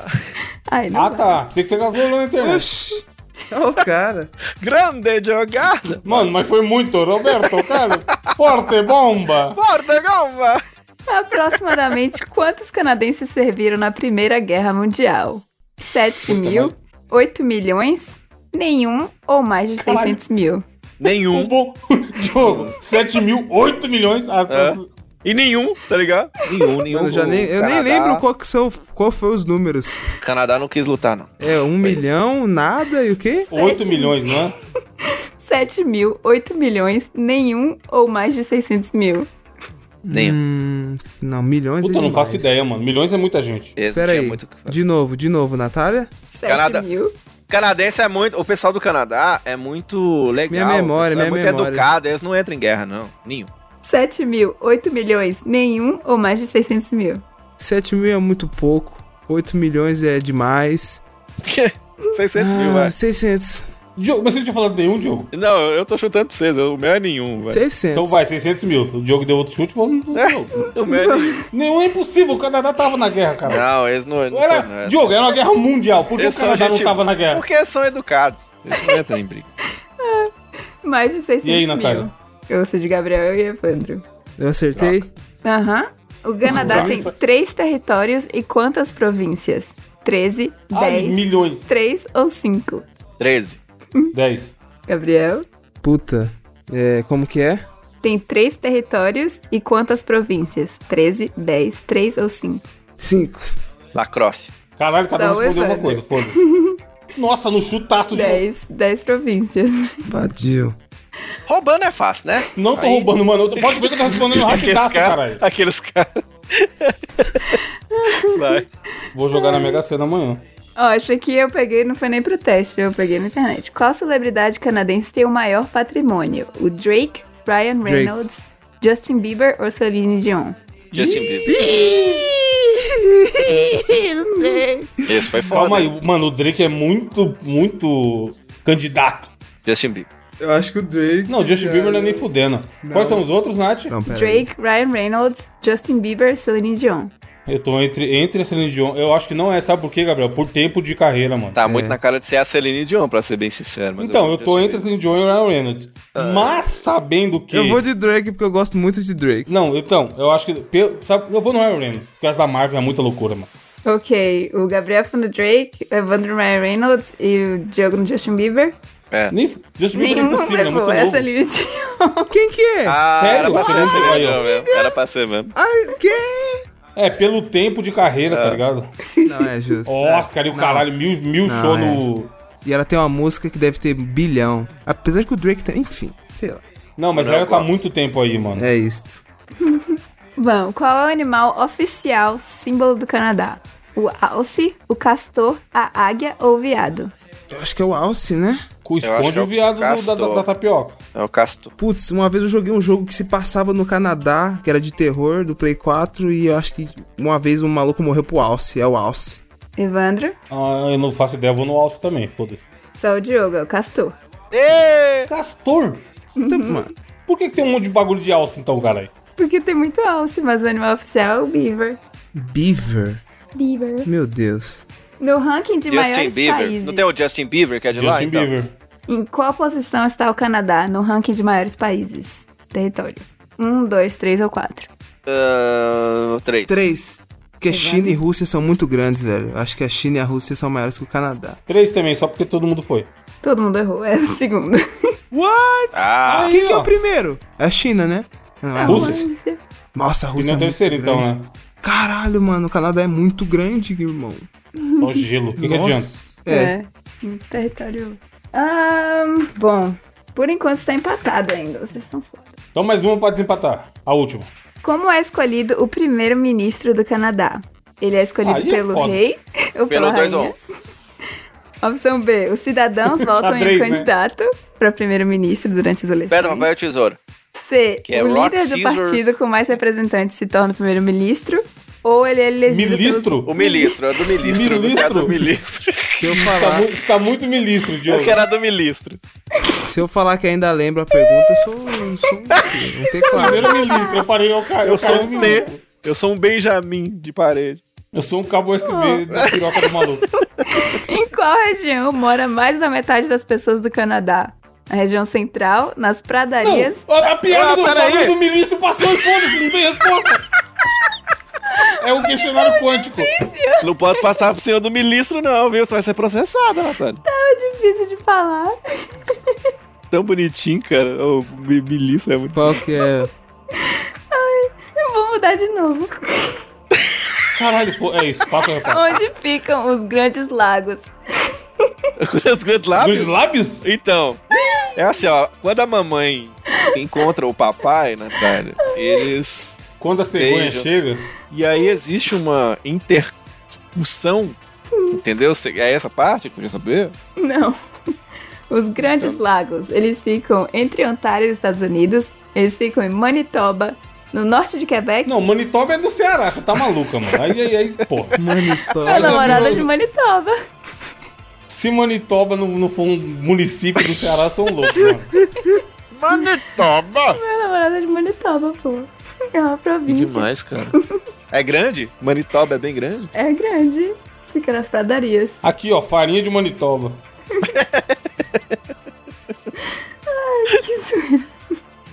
S4: Ai, não
S1: Ah,
S4: vai.
S1: tá. Pensei que você tava colando na internet.
S3: Oxi. Ó o cara.
S2: Grande jogada!
S1: Mano, mas foi muito, Roberto Carlos. Porte bomba.
S2: Porta, calma!
S4: Aproximadamente quantos canadenses serviram na Primeira Guerra Mundial? 7 mil? 8 milhões? Nenhum ou mais de 600 mil?
S1: Um
S2: Nenhum.
S1: bom jogo. 7 mil, 8 milhões. Ah, As,
S2: É.
S1: as-
S2: E nenhum, tá ligado? Nenhum, nenhum.
S3: Mano, eu já nem, eu nem lembro qual, que são, qual foi os números.
S2: Canadá não quis lutar, não.
S3: É, um milhão, nada e o quê?
S1: 8 milhões, não é?
S4: 7 mil, 8 milhões, nenhum ou mais de 600 mil?
S2: Nenhum.
S3: Hum, não, milhões
S1: Puta,
S3: é
S1: eu não faço
S3: demais.
S1: ideia, mano. Milhões é muita gente.
S2: Eles não
S3: Espera
S2: tinham
S3: aí.
S2: muito o que fazer.
S3: De novo, de novo, Natália.
S4: 7
S2: Canadá.
S4: mil?
S2: Canadense é muito. O pessoal do Canadá é muito legal.
S3: Minha memória,
S2: o pessoal é
S3: minha
S2: muito
S3: memória.
S2: educado, eles não entram em guerra, não. Nenhum.
S4: 7 mil, 8 milhões, nenhum ou mais de 600 mil?
S3: 7 mil é muito pouco. 8 milhões é demais.
S2: 600 mil,
S3: ah,
S2: vai.
S3: 600.
S1: Diogo, mas você não tinha falado nenhum, Diogo?
S2: Não, eu tô chutando pra vocês. O meu é nenhum, velho.
S3: 600.
S1: Então vai, 600 mil. O Diogo deu outro chute, vamos... Diogo.
S2: O meu é nenhum.
S1: Nenhum é impossível, o Canadá tava na guerra, cara.
S2: Não, eles não. não
S1: Era-
S2: não, eles-
S1: Diogo, era uma guerra mundial. Por que
S2: Eles
S1: o
S2: são
S1: Canadá não
S2: gente-
S1: tava na guerra?
S2: Porque eles são educados. Eles não entram em briga.
S4: Mais de 600
S1: E aí,
S4: mil.
S1: Natália?
S4: Eu sou de Gabriel e Evandro.
S3: Eu acertei?
S4: Aham. O Canadá tem
S1: Nossa.
S4: três territórios e quantas províncias? 13, 10,
S1: Ai, milhões.
S4: 3 ou 5?
S2: 13.
S1: 10.
S4: Gabriel?
S3: Puta. É, como que é?
S4: Tem três territórios e quantas províncias? 13, 10, 3 ou 5?
S3: 5.
S2: Lacrosse.
S1: Caralho, cada um
S4: Só o
S1: respondeu uma coisa,
S4: Evandro.
S1: foda-se. Nossa, no chutaço de...
S4: 10, 10 províncias.
S3: Badio.
S2: Roubando é fácil, né?
S1: um. Não tô
S2: Aí-
S1: roubando, mano. Eu tô- Pode ver que eu tô respondendo
S2: Aqueles
S1: rapidaço,
S2: caras.
S1: caralho.
S2: Aqueles caras. Vai.
S1: Vou jogar na Mega Sena amanhã.
S4: Ó, esse aqui eu peguei, não foi nem pro teste, eu peguei na internet. Qual celebridade canadense tem o maior patrimônio? O Drake, Ryan Reynolds, Justin Bieber ou Celine Dion?
S2: Justin Bieber. Esse foi foda.
S1: Calma aí, mano, o Drake é muito, muito candidato.
S2: Justin Bieber.
S3: Eu acho que o Drake.
S1: Não, o Justin Bieber não é nem fudendo.
S3: Não.
S1: Quais são os outros, Nath?
S3: Não, pera. aí.
S4: Drake, Ryan Reynolds, Justin Bieber, Celine Dion.
S1: Eu tô entre, entre a Celine Dion. Eu acho que não é, sabe por quê, Gabriel? Por tempo de carreira, mano.
S2: Tá muito na cara de ser a Celine Dion, pra ser bem sincero. mas
S1: Então, eu
S2: vou
S1: tô
S2: Justin
S1: entre a Celine Dion e o Ryan Reynolds. Mas sabendo que.
S3: Eu vou de Drake porque eu gosto muito de Drake.
S1: Não, então, eu acho que. pe- Sabe, eu vou no Ryan Reynolds. Por causa da Marvel é muita loucura, mano.
S4: Ok, o Gabriel foi no Drake, o Evandro no Ryan Reynolds e o Diogo no Justin Bieber.
S2: É.
S1: Nem, Justin Bieber é
S4: Nenhum
S1: impossível, é muito
S4: levou
S1: louco.
S4: essa Celine Dion.
S3: Quem que é?
S2: Ah,
S1: Sério?
S2: era pra ser a
S1: Ah,
S2: Celine
S1: aí, ó.
S2: Dion mesmo. Era pra ser mesmo.
S3: Ah, quem?
S1: É, pelo tempo de carreira, tá ligado?
S3: Não, é justo.
S1: Oscar e o caralho, mil, mil
S3: Não,
S1: show
S3: é.
S1: no.
S3: E ela tem uma música que deve ter bilhão. Apesar que o Drake tem. Enfim, sei lá.
S1: Não, mas
S2: Não,
S1: ela tá há
S2: Cox.
S1: muito tempo aí, mano.
S3: É isso.
S4: Bom, qual é o animal oficial símbolo do Canadá? O alce, o castor, a águia ou o viado?
S3: Eu acho que é o Alce, né?
S1: Co-
S2: acho que
S1: Esconde
S2: é
S1: o
S2: o
S1: viado do- da, da-
S2: Castor.
S1: da tapioca.
S2: É o Castor.
S3: Putz, uma vez eu joguei um jogo que se passava no Canadá, que era de terror, do Play 4, e eu acho que uma vez um maluco morreu pro Alce, é o Alce.
S4: Evandro?
S1: Ah, eu não faço ideia, eu vou no alço também, foda-se.
S4: Só o Diogo, é o castor.
S1: Castor?
S3: Então, mano,
S1: Por que, que tem um monte de bagulho de alça então, caralho?
S4: Porque tem muito alce, mas o animal oficial é o beaver.
S3: Beaver.
S4: Beaver.
S3: Meu Deus.
S4: No ranking de
S2: Justin
S4: maiores
S2: Bieber.
S4: países.
S2: Não tem o Justin Bieber que é de lá?
S1: Justin
S2: Então?
S1: Bieber.
S4: Em qual posição está o Canadá no ranking de maiores países? Território. Um, dois, três ou quatro.
S2: Ah, três.
S3: Três. Porque China e Rússia são muito grandes, velho. Eu Acho que a China e a Rússia são maiores que o Canadá.
S1: Três também, só porque todo mundo foi.
S4: Todo mundo errou, é o segundo.
S3: What?
S2: Ah,
S3: Quem que é
S1: ó.
S3: o primeiro? É a China, né? Não, é a
S1: Rússia.
S3: Rússia. Nossa, a
S1: E
S3: Rússia
S1: não
S3: é
S1: é
S3: muito
S1: terceiro, então,
S3: grande.
S1: né?
S3: Caralho, mano, o Canadá é muito grande, irmão.
S1: Só Então, gelo. O que, que adianta?
S3: Nossa.
S4: É.
S3: É.
S4: Um território. Ahn, bom, por enquanto está empatado ainda, vocês estão foda.
S1: Então mais uma pra desempatar. A última.
S4: Como é escolhido o primeiro-ministro do Canadá? Ele é escolhido
S1: Aí é
S4: pelo
S1: foda.
S4: rei ou
S2: pelo
S4: pela
S2: 2
S4: rainha?
S2: ou 1.
S4: Opção B, os cidadãos votam em um
S1: Xadrez, né?
S4: candidato para primeiro-ministro durante as eleições.
S2: Pedra, papel e tesoura.
S4: C,
S2: Que é
S4: o
S2: rock,
S4: líder do
S2: scissors.
S4: partido com mais representantes se torna o primeiro-ministro, ou ele é elegido
S1: Milistro?
S2: O ministro, é do ministro.
S1: Ministro?
S2: Você é do ministro.
S3: Se eu
S1: Tá,
S3: falar.
S1: mu- tá muito milistro, Diogo.
S2: Eu quero a do ministro.
S3: Se eu falar que ainda lembro a pergunta, eu sou, eu sou um, um teclado.
S1: Primeiro ministro, eu parei, eu, ca... eu,
S2: Eu sou
S1: caí no
S2: um
S1: ministro.
S2: T. Eu sou um Benjamin de parede.
S1: Eu sou um cabo USB da piroca do maluco.
S4: Em qual região mora mais da metade das pessoas do Canadá? Na região central, nas pradarias.
S1: Não, a piada
S2: Ah,
S1: do
S2: peraí.
S1: barulho do ministro passou e foda-se, não tem resposta. É um questionário quântico.
S2: Não pode passar por cima do ministro, não, viu? Você vai ser processada, Natália.
S4: É difícil de falar.
S2: Tão bonitinho, cara. O mi- milícia é muito.
S3: Qual que é?
S4: Eu vou mudar de novo.
S1: Caralho, fo- é isso, passa o
S2: Tá.
S1: reparo.
S4: Onde ficam os grandes lagos?
S2: Os grandes
S1: Dos
S2: lábios?
S1: lábios?
S2: Então, é assim, ó. Quando a mamãe encontra o papai, Natália, eles.
S1: Quando a cegonha
S2: Beijo.
S1: chega.
S2: E aí existe uma intercussão. Entendeu? Cê- É essa parte que você quer saber?
S4: Não. Os grandes lagos, eles ficam entre Ontário e os Estados Unidos, eles ficam em Manitoba, no norte de Quebec,
S1: Não, Manitoba é do Ceará, você tá maluca, mano. Aí, aí, aí, porra.
S4: minha
S1: Olha,
S3: Manitoba.
S4: namorada
S1: meu-
S4: de Manitoba.
S1: Se Manitoba não, não for um município do Ceará, eu sou um louco, mano.
S4: Minha namorada de Manitoba, pô. É uma
S2: Hum,
S4: província.
S2: cara. É grande? Manitoba é bem grande?
S4: É grande. Fica nas pradarias.
S1: Aqui, ó, farinha de Manitoba.
S4: Que zoeira.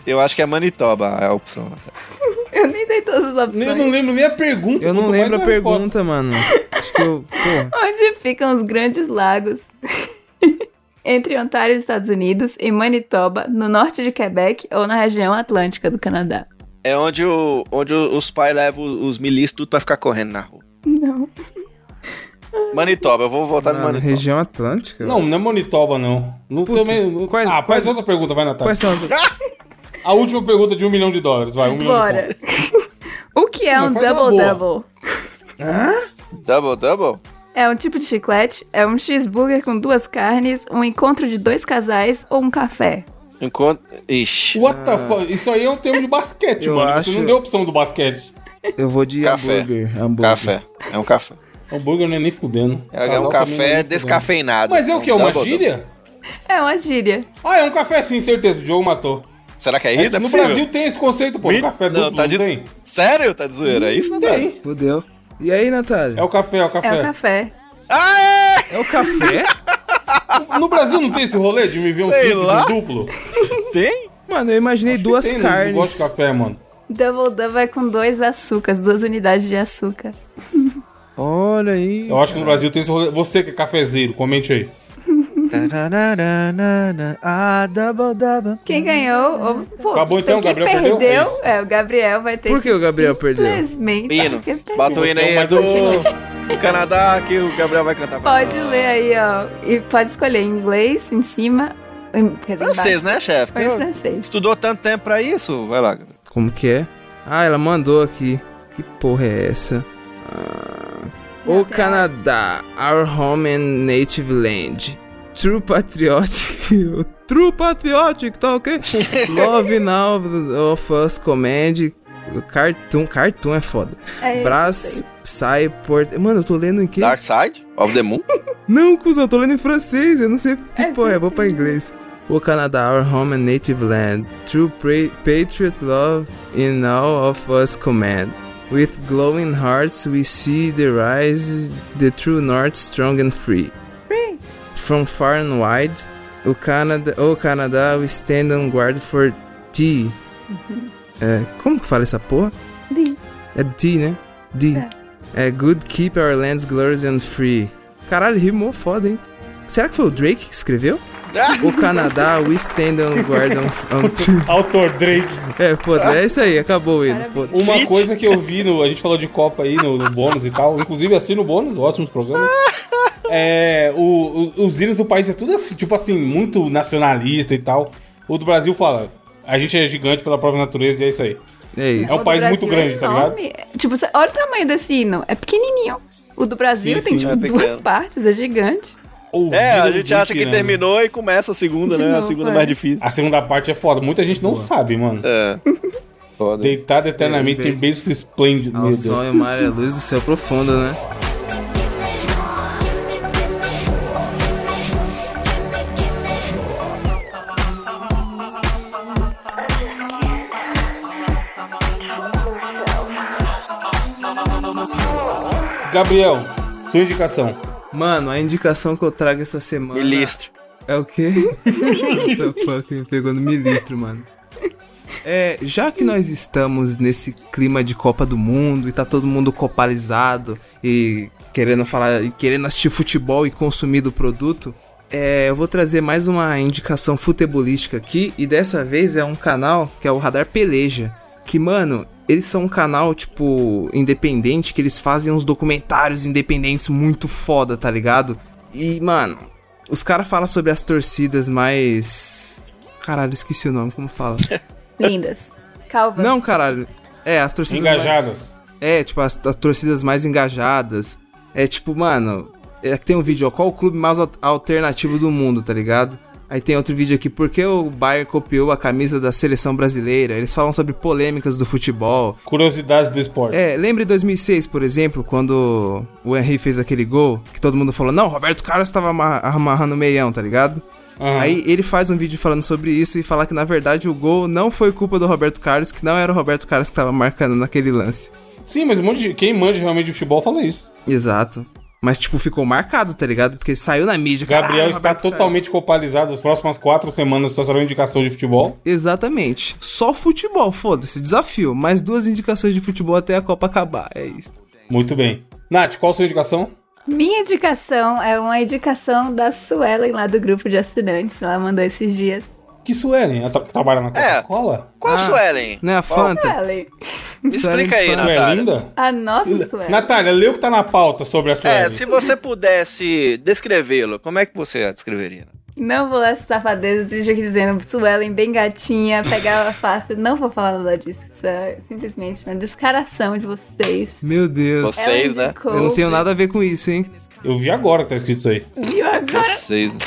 S2: Eu acho que é Manitoba a opção, Natália.
S4: Eu nem dei todas as
S1: Nem- Eu não
S4: opções.
S1: lembro nem a pergunta.
S3: Eu não
S1: quanto mais
S3: lembro a
S1: resposta.
S3: pergunta, mano. Acho que eu. Pô,
S4: Onde ficam os grandes lagos? entre Ontário e os Estados Unidos e Manitoba, no norte de Quebec ou na região atlântica do Canadá.
S2: É onde, o, onde o- os pais levam os milícios tudo pra ficar correndo na rua.
S4: Não.
S2: Manitoba, eu vou voltar no
S3: mano,
S2: Manitoba.
S3: região Atlântica?
S1: então. Não, não é Manitoba, não. não
S3: Puta,
S1: também,
S3: quais-
S1: ah,
S3: quais-
S1: faz outra pergunta, vai, Natália.
S3: Quais são as.
S1: A última pergunta de um milhão de dólares, vai, um milhão de
S4: Bora.
S1: pontos.
S4: o que é
S1: Não,
S4: um
S1: faz uma boa.
S4: double-double?
S2: Double, double?
S4: É um tipo de chiclete, é um cheeseburger com duas carnes, um encontro de dois casais ou um café.
S2: Enquanto. Ixi.
S1: What the fuck? Isso aí é um termo de basquete,
S3: Ah. Eu
S1: mano. Você
S3: acho-
S1: não deu opção do basquete.
S3: Eu vou de
S2: Café.
S3: hambúrguer. hambúrguer.
S2: Café. É um café.
S1: Hambúrguer não é nem fudendo.
S2: É,
S1: Casal
S2: um
S1: também não é
S2: café
S1: nem fudendo.
S2: descafeinado.
S1: Mas é o que? É uma
S2: Double, double.
S1: gíria?
S4: É uma gíria.
S1: Ah, é um café sim, certeza. O Diogo matou.
S2: Será que é
S1: É,
S2: isso?
S1: que no Brasil tem esse conceito, pô. do Café duplo,
S2: não, tá de...
S1: tem?
S2: Sério? Tá de zoeira? É isso? Natália?
S1: Tem.
S3: Fudeu. E aí, Natália?
S1: É o café, é o
S4: É
S1: café.
S4: o café.
S2: Ah, é!
S3: É o café?
S1: No Brasil não tem esse rolê de me ver um
S2: Sei
S1: simples
S2: lá.
S1: um duplo?
S2: Tem?
S3: Mano, eu imaginei duas
S1: tem, Não, não gosto
S3: carnes.
S1: de café, mano.
S4: Double Double é com dois açúcares, duas unidades de açúcar.
S2: Olha aí.
S1: Eu acho que no Brasil tem esse rolê. Você que é cafezeiro, comente aí.
S2: Ah, double, double.
S4: Quem ganhou?
S3: Uhum.
S4: ou- pô,
S1: Acabou então,
S4: então, quem
S1: o Gabriel perdeu? É isso.
S4: é, o Gabriel vai ter
S3: Por que o Gabriel perdeu?
S4: simplesmente
S2: Hino.
S4: porque perdeu.
S2: Bota o hino aí.
S1: Mas eu vou-
S2: O Canadá, que o Gabriel vai cantar pra
S4: Pode ler aí, ó. E pode escolher em inglês, em cima. Em, quer dizer,
S2: Francês,
S4: embaixo.
S2: né, chefe?
S4: Foi em
S2: Eu-
S4: francês.
S2: Estudou tanto tempo pra isso? Vai lá. Gabriel.
S3: Como que é? Ah, ela mandou aqui. Que porra é essa? Ah, o Canadá, our home and native land. True patriotic. True patriotic, tá ok? Love now of us command. Cartoon, cartoon é foda.
S4: É,
S3: Brass, sai, port... Mano, eu tô lendo em quê?
S2: Dark Side of the Moon.
S3: Não, cuzão, eu tô lendo em francês, eu não sei que
S4: É
S3: porra, é, vou pra inglês. O Canadá, our home and native land, true pra- patriot love in all of us command. With glowing hearts we see the rise, the true north strong and free.
S4: Free.
S3: From far and wide, o Canadá, o Canadá, we stand on guard for thee. É, como que fala essa porra?
S4: Bem,
S3: É D, né? D. É. Good Keep Our Lands Glorious and Free. Caralho, rimou foda, hein? Será que foi o Drake que escreveu? o Canadá, we stand on guard on... on-
S1: Autor Drake.
S3: é, foda, é isso aí, acabou o hino. foda.
S1: Uma
S2: Fit.
S1: coisa que eu vi no. A gente falou de Copa aí no, no bônus e tal. Inclusive, assino o bônus, ótimos programas. É, o- o- os hinos do país é tudo assim, tipo assim, muito nacionalista e tal. O do Brasil fala. A gente é gigante pela própria natureza e é isso aí.
S3: É
S1: É
S3: isso.
S1: um país muito grande, tá ligado?
S4: ligado? Tipo, cê- olha o tamanho desse hino. É pequenininho. O do Brasil
S1: Sim,
S4: tem,
S1: sim,
S4: tipo,
S2: é
S4: duas
S2: pequeno.
S4: partes. É gigante.
S1: Ou
S2: É, a
S1: Vida
S2: gente
S1: do
S2: acha que
S1: Ipiranga.
S2: terminou e começa a segunda,
S4: De
S2: né? A
S4: novo,
S2: segunda
S4: é.
S2: é mais difícil.
S1: A segunda parte é foda. Muita gente não sabe, mano.
S2: É. Foda.
S1: Deitado eternamente
S3: Bem,
S1: tem
S3: bem.
S1: beijos esplêndidos,
S3: Ao
S1: meu Deus.
S3: sol e o mar é a luz do céu profundo, né?
S1: Gabriel, sua indicação.
S3: Mano, a indicação que eu trago essa semana.
S2: Milistro.
S3: É o quê? What the fuck, me pegou no milistro, mano. É, já que nós estamos nesse clima de Copa do Mundo e tá todo mundo copalizado e querendo falar e querendo assistir futebol e consumir do produto, é, eu vou trazer mais uma indicação futebolística aqui e dessa vez é um canal que é o Radar Peleja, que mano, eles são um canal tipo independente que eles fazem uns documentários independentes muito foda, tá ligado? E mano, os caras falam sobre as torcidas mais Caralho, esqueci o nome, como fala?
S4: Lindas. Calvas.
S3: Não, caralho. É, as torcidas. mais-
S1: Engajadas.
S3: É, tipo, as, as torcidas mais engajadas. É tipo, mano, é que tem um vídeo, ó, qual o clube mais al- alternativo do mundo, tá ligado? Aí tem outro vídeo aqui, por que o Bayern copiou a camisa da seleção brasileira? Eles falam sobre polêmicas do futebol.
S1: Curiosidades do esporte.
S3: É, lembre 2006, por exemplo, quando o Henry fez aquele gol, que todo mundo falou, não, Roberto Carlos tava ama- amarrando o meião, tá ligado?
S1: Aham.
S3: Aí ele faz um vídeo falando sobre isso e falar que na verdade o gol não foi culpa do Roberto Carlos, que não era o Roberto Carlos que tava marcando naquele lance.
S1: Sim, mas um monte de, quem manja realmente de futebol fala isso.
S3: Exato. Mas, tipo, ficou marcado, tá ligado? Porque saiu na mídia.
S1: Gabriel
S3: "Caralho,
S1: está
S3: Roberto Carlos."
S1: totalmente copalizado. As próximas quatro semanas só será uma indicação de futebol.
S3: Exatamente. Só futebol, foda-se, desafio. Mais duas indicações de futebol até a Copa acabar. É isso.
S1: Muito bem. Nath, qual a sua indicação?
S4: Minha indicação é uma indicação da Suelen lá do grupo de assinantes. Ela mandou esses dias.
S1: Que Suelen, ela tra- que trabalha na
S2: É.
S1: Coca-Cola?
S2: Qual
S3: Ah.
S2: Suelen?
S3: Né, a
S2: Qual?
S3: Fanta?
S4: Suelen.
S2: Explica aí,
S3: Suelen
S1: Suelen
S2: Natália.
S1: linda?
S4: A nossa Suelen.
S1: Natália, lê o que tá na pauta sobre a Suelen.
S2: É, se você pudesse descrevê-lo, como é que você a descreveria?
S4: Não vou essa safadeza de jeito dizendo Suelen bem gatinha, pegava fácil. Não vou falar nada disso. Isso é simplesmente uma descaração de vocês. É um
S3: Meu Deus.
S2: Você- Vocês,
S4: Ela
S2: né?
S4: indicou-
S3: Eu não tenho nada a ver com isso, hein?
S1: Eu vi agora que tá escrito isso aí.
S4: E agora,
S2: Vocês, né?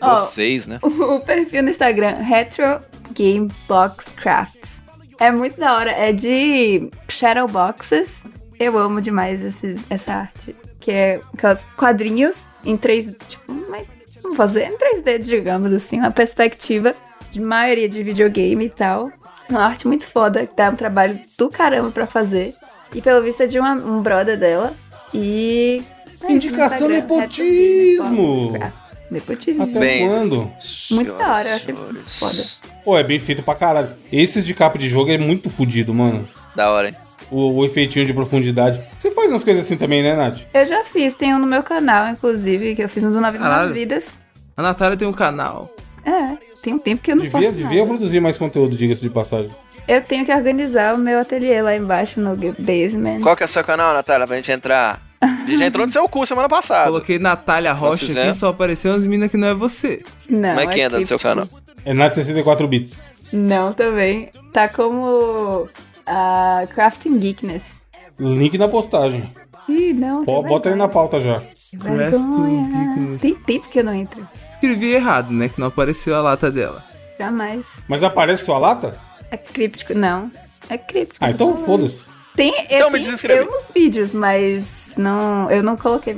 S4: Ó.
S2: Vocês, né?
S4: o o perfil no Instagram, Retro Game Box Crafts. É muito da hora. É de Shadow Boxes. Eu amo demais esses, essa arte. Que é aquelas quadrinhos em 3D. Tipo, mas como fazer? Em 3D, digamos assim. Uma perspectiva de maioria de videogame e tal. É Uma arte muito foda, que dá um trabalho do caramba pra fazer. E pelo visto é de uma- um brother dela. E. é isso, no
S1: Indicação
S4: Instagram,
S1: nepotismo!
S4: Retro Game Box Crafts. Nepotismo.
S1: Até
S2: Bem.
S1: quando?
S4: Muito da hora, eu
S2: Senhoras,
S4: achei
S2: senhores.
S4: foda.
S1: Pô, é bem feito pra caralho. Esses de capa de jogo é muito fudido, mano.
S2: Da hora, hein?
S1: O, o efeitinho de profundidade. Você faz umas coisas assim também, né, Nath?
S4: Eu já fiz, tem um no meu canal, inclusive, que eu fiz um do 99
S3: Caralho.
S4: Vidas.
S3: A Natália tem um canal.
S4: É, tem um tempo que eu não
S1: devia
S4: faço
S1: devia
S4: nada.
S1: produzir mais conteúdo, diga-se de passagem.
S4: Eu tenho que organizar o meu ateliê lá embaixo no basement.
S2: Qual que é o seu canal, Natália, pra gente entrar? A gente já entrou no seu curso semana passada.
S3: Coloquei Natália Rocha
S2: fizemos.
S3: aqui só apareceu umas minas que não é você.
S4: Não,
S2: Como é que
S4: é
S2: anda no seu
S4: críptico.
S2: canal?
S1: É Nath 64 bits.
S4: Não, também. Tá como a Crafting Geekness.
S1: Link na postagem.
S4: Ih, não.
S1: Pô,
S4: tem
S1: bota aí na pauta já.
S4: vergonha.
S3: Crafting Geekness.
S4: Tem tempo que eu não entro.
S3: Escrevi errado, né? Que não apareceu a lata dela.
S4: Jamais.
S1: Mas aparece sua lata?
S4: É críptico, não. É críptico.
S1: Ah, então foda-se.
S4: Tem,
S2: Então
S4: eu
S2: me
S4: tenho
S2: desinscreve.
S4: eu nos vídeos, mas não, eu não coloquei.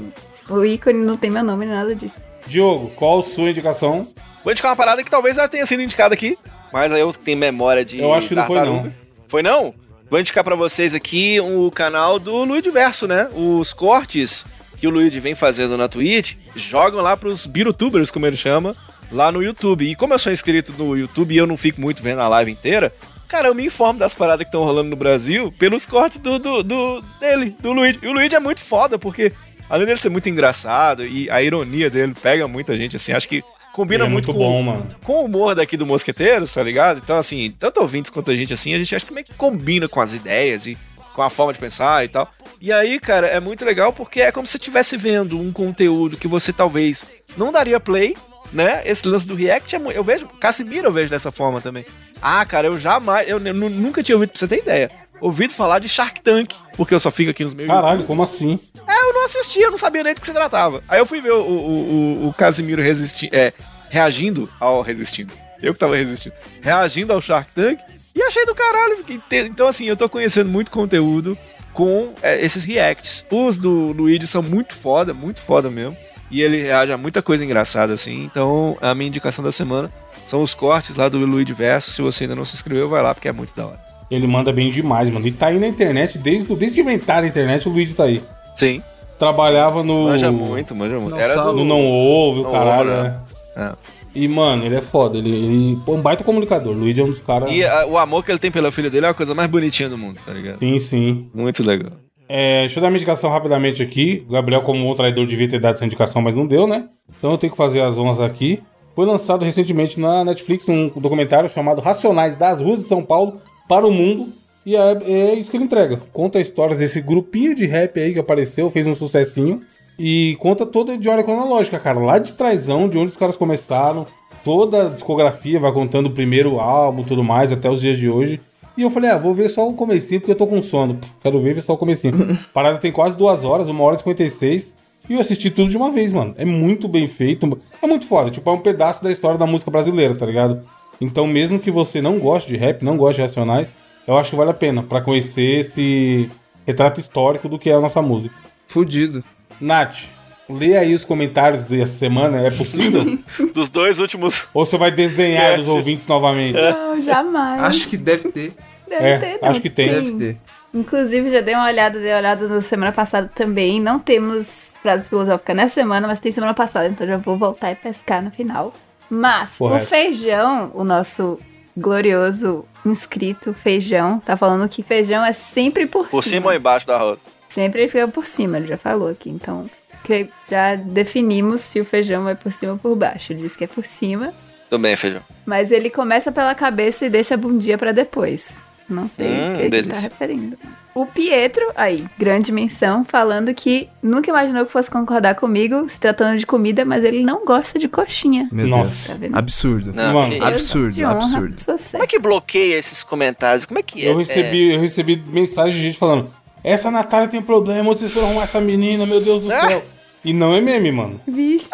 S4: O ícone não tem meu nome, nada disso.
S1: Diogo, qual sua indicação?
S2: Vou indicar uma parada que talvez ela tenha sido indicada aqui, mas aí eu tenho memória de.
S1: Eu acho que não foi,
S2: tartaruga. Foi não? Vou indicar pra vocês aqui o canal do Luiz Diverso, né? Os cortes que o Luigi vem fazendo na Twitch jogam lá pros birutubers, como ele chama, lá no YouTube. E como eu sou inscrito no YouTube e eu não fico muito vendo a live inteira, cara, eu me informo das paradas que estão rolando no Brasil pelos cortes do, do, do- dele, do Luigi. E o Luigi é muito foda, porque além dele ser muito engraçado e a ironia dele pega muita gente, assim, acho que combina
S1: Ele é
S2: muito,
S1: muito
S2: com-
S1: bom, mano.
S2: com o humor daqui do Mosqueteiros, tá ligado? Então, assim, tanto ouvintes quanto a gente, assim, a gente acha que meio que combina com as ideias e com a forma de pensar e tal. E aí, cara, é muito legal porque é como se você estivesse vendo um conteúdo que você talvez não daria play, né? Esse lance do React, é mu- eu vejo, Casimiro eu vejo dessa forma também. Ah, cara, eu jamais, eu nu- nunca tinha ouvido, pra você ter ideia, ouvido falar de Shark Tank, porque eu só fico aqui nos meus
S1: Caralho, como assim?
S2: É, eu não assistia, eu não sabia nem do que se tratava. Aí eu fui ver o, o, o, o Casimiro resisti é, reagindo ao resistindo. Eu que tava resistindo. Reagindo ao Shark Tank e achei do caralho. porque te- Então, assim, eu tô conhecendo muito conteúdo com é, esses reacts. Os do Luigi são muito foda, muito foda mesmo. E ele reage a muita coisa engraçada, assim. Então, a minha indicação da semana são os cortes lá do Luigi Verso. Se você ainda não se inscreveu, vai lá, porque é muito da hora.
S1: Ele manda bem demais, mano. E tá aí na internet, desde, desde que inventaram a internet, o Luigi tá aí.
S2: Sim.
S1: Trabalhava no.
S2: Manja muito, manja muito.
S3: Não
S2: Era
S3: sabe.
S1: No
S2: do...
S1: Não Ouve, o
S2: Não
S1: caralho,
S2: Ouve,
S1: né?
S2: É.
S1: E, mano, ele é foda. Ele, ele pô, um baita comunicador. O Luigi é um dos caras.
S2: E a- o amor que ele tem pelo filho dele é a coisa mais bonitinha do mundo, tá ligado?
S1: Sim, sim.
S2: Muito legal.
S1: É, deixa eu dar minha indicação rapidamente aqui. O Gabriel, como um traidor, devia ter dado essa indicação, mas não deu, né? Então eu tenho que fazer as honras aqui. Foi lançado recentemente na Netflix um documentário chamado Racionais das Ruas de São Paulo para o Mundo. E é, é isso que ele entrega. Conta a história desse grupinho de rap aí que apareceu, fez um sucessinho. E conta toda de hora cronológica, cara. Lá de trásão, de onde os caras começaram. Toda a discografia vai contando o primeiro álbum e tudo mais, até os dias de hoje. E eu falei, ah, vou ver só o comecinho, porque eu tô com sono. Pff, quero ver, ver só o comecinho. Parada tem quase duas horas, uma hora e 56. E eu assisti tudo de uma vez, mano. É muito bem feito. É muito foda. Tipo, é um pedaço da história da música brasileira, tá ligado? Então, mesmo que você não goste de rap, não goste de racionais, eu acho que vale a pena pra conhecer esse retrato histórico do que é a nossa música.
S3: Fudido.
S1: Nath, lê aí os comentários dessa semana, é possível?
S2: Dos dois últimos.
S1: Ou você vai desdenhar dos
S2: Yes.
S1: ouvintes novamente?
S2: É.
S4: Não, jamais.
S3: Acho que deve ter.
S4: Deve
S1: É,
S4: ter,
S1: acho que tem.
S3: Deve ter.
S4: Inclusive, já dei uma olhada, dei uma olhada na semana passada também. Não temos frase filosófica nessa semana, mas tem semana passada, então já vou voltar e pescar no final. Mas
S1: Correto.
S4: o feijão, o nosso glorioso inscrito feijão, tá falando que feijão é sempre por,
S2: Por cima ou embaixo da rosa?
S4: Sempre ele fica por cima, ele já falou aqui. Então, que- já definimos se o feijão vai por cima ou por baixo. Ele disse que é por cima,
S2: Tudo bem, feijão.
S4: mas ele começa pela cabeça e deixa a bundinha pra depois. Não sei
S2: Hum,
S4: o que ele tá
S2: delícia.
S4: referindo. O Pietro, aí, grande menção, falando que nunca imaginou que fosse concordar comigo, se tratando de comida, mas ele não gosta de coxinha.
S3: Meu
S1: Nossa.
S4: Tá
S3: Deus.
S4: vendo?
S3: Absurdo.
S2: Não,
S1: Mano,
S2: que isso.
S4: Deus
S3: absurdo,
S4: de honra,
S3: absurdo.
S4: sou sério.
S2: Como é que bloqueia esses comentários? Como é que é?
S1: Eu recebi, eu recebi mensagem de gente falando: Essa Natália tem problema, onde vocês foram arrumar essa menina, meu Deus do
S2: Ah!
S1: céu. E não é meme, mano.
S4: Vixe,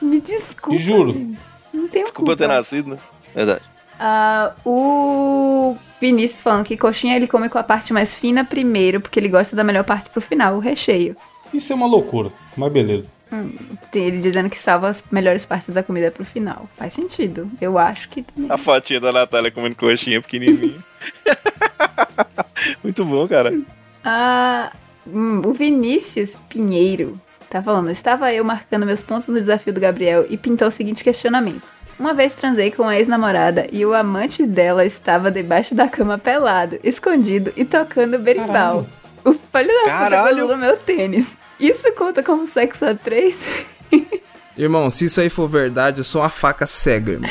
S4: me desculpa.
S1: Te juro.
S4: gente. Não tenho
S2: Desculpa eu ter
S4: culpa.
S2: nascido, né? Verdade.
S4: Ah, o Vinícius falando que coxinha ele come com a parte mais fina primeiro, porque ele gosta da melhor parte pro final, o recheio.
S1: Isso é uma loucura, mas beleza.
S4: Tem ele dizendo que salva as melhores partes da comida pro final. Faz sentido. Eu acho que também.
S2: A fotinha da Natália comendo coxinha pequenininha. Muito bom, cara.
S4: Ah, hum, o Vinícius Pinheiro tá falando: Estava eu marcando meus pontos no desafio do Gabriel e pintou o seguinte questionamento. Uma vez transei com a ex-namorada e o amante dela estava debaixo da cama pelado, escondido e tocando berimbau. O falho da puta
S2: Caralho!
S4: colou meu tênis. Isso conta como sexo a três?
S3: Irmão, se isso aí for verdade, eu sou uma faca cega, irmão.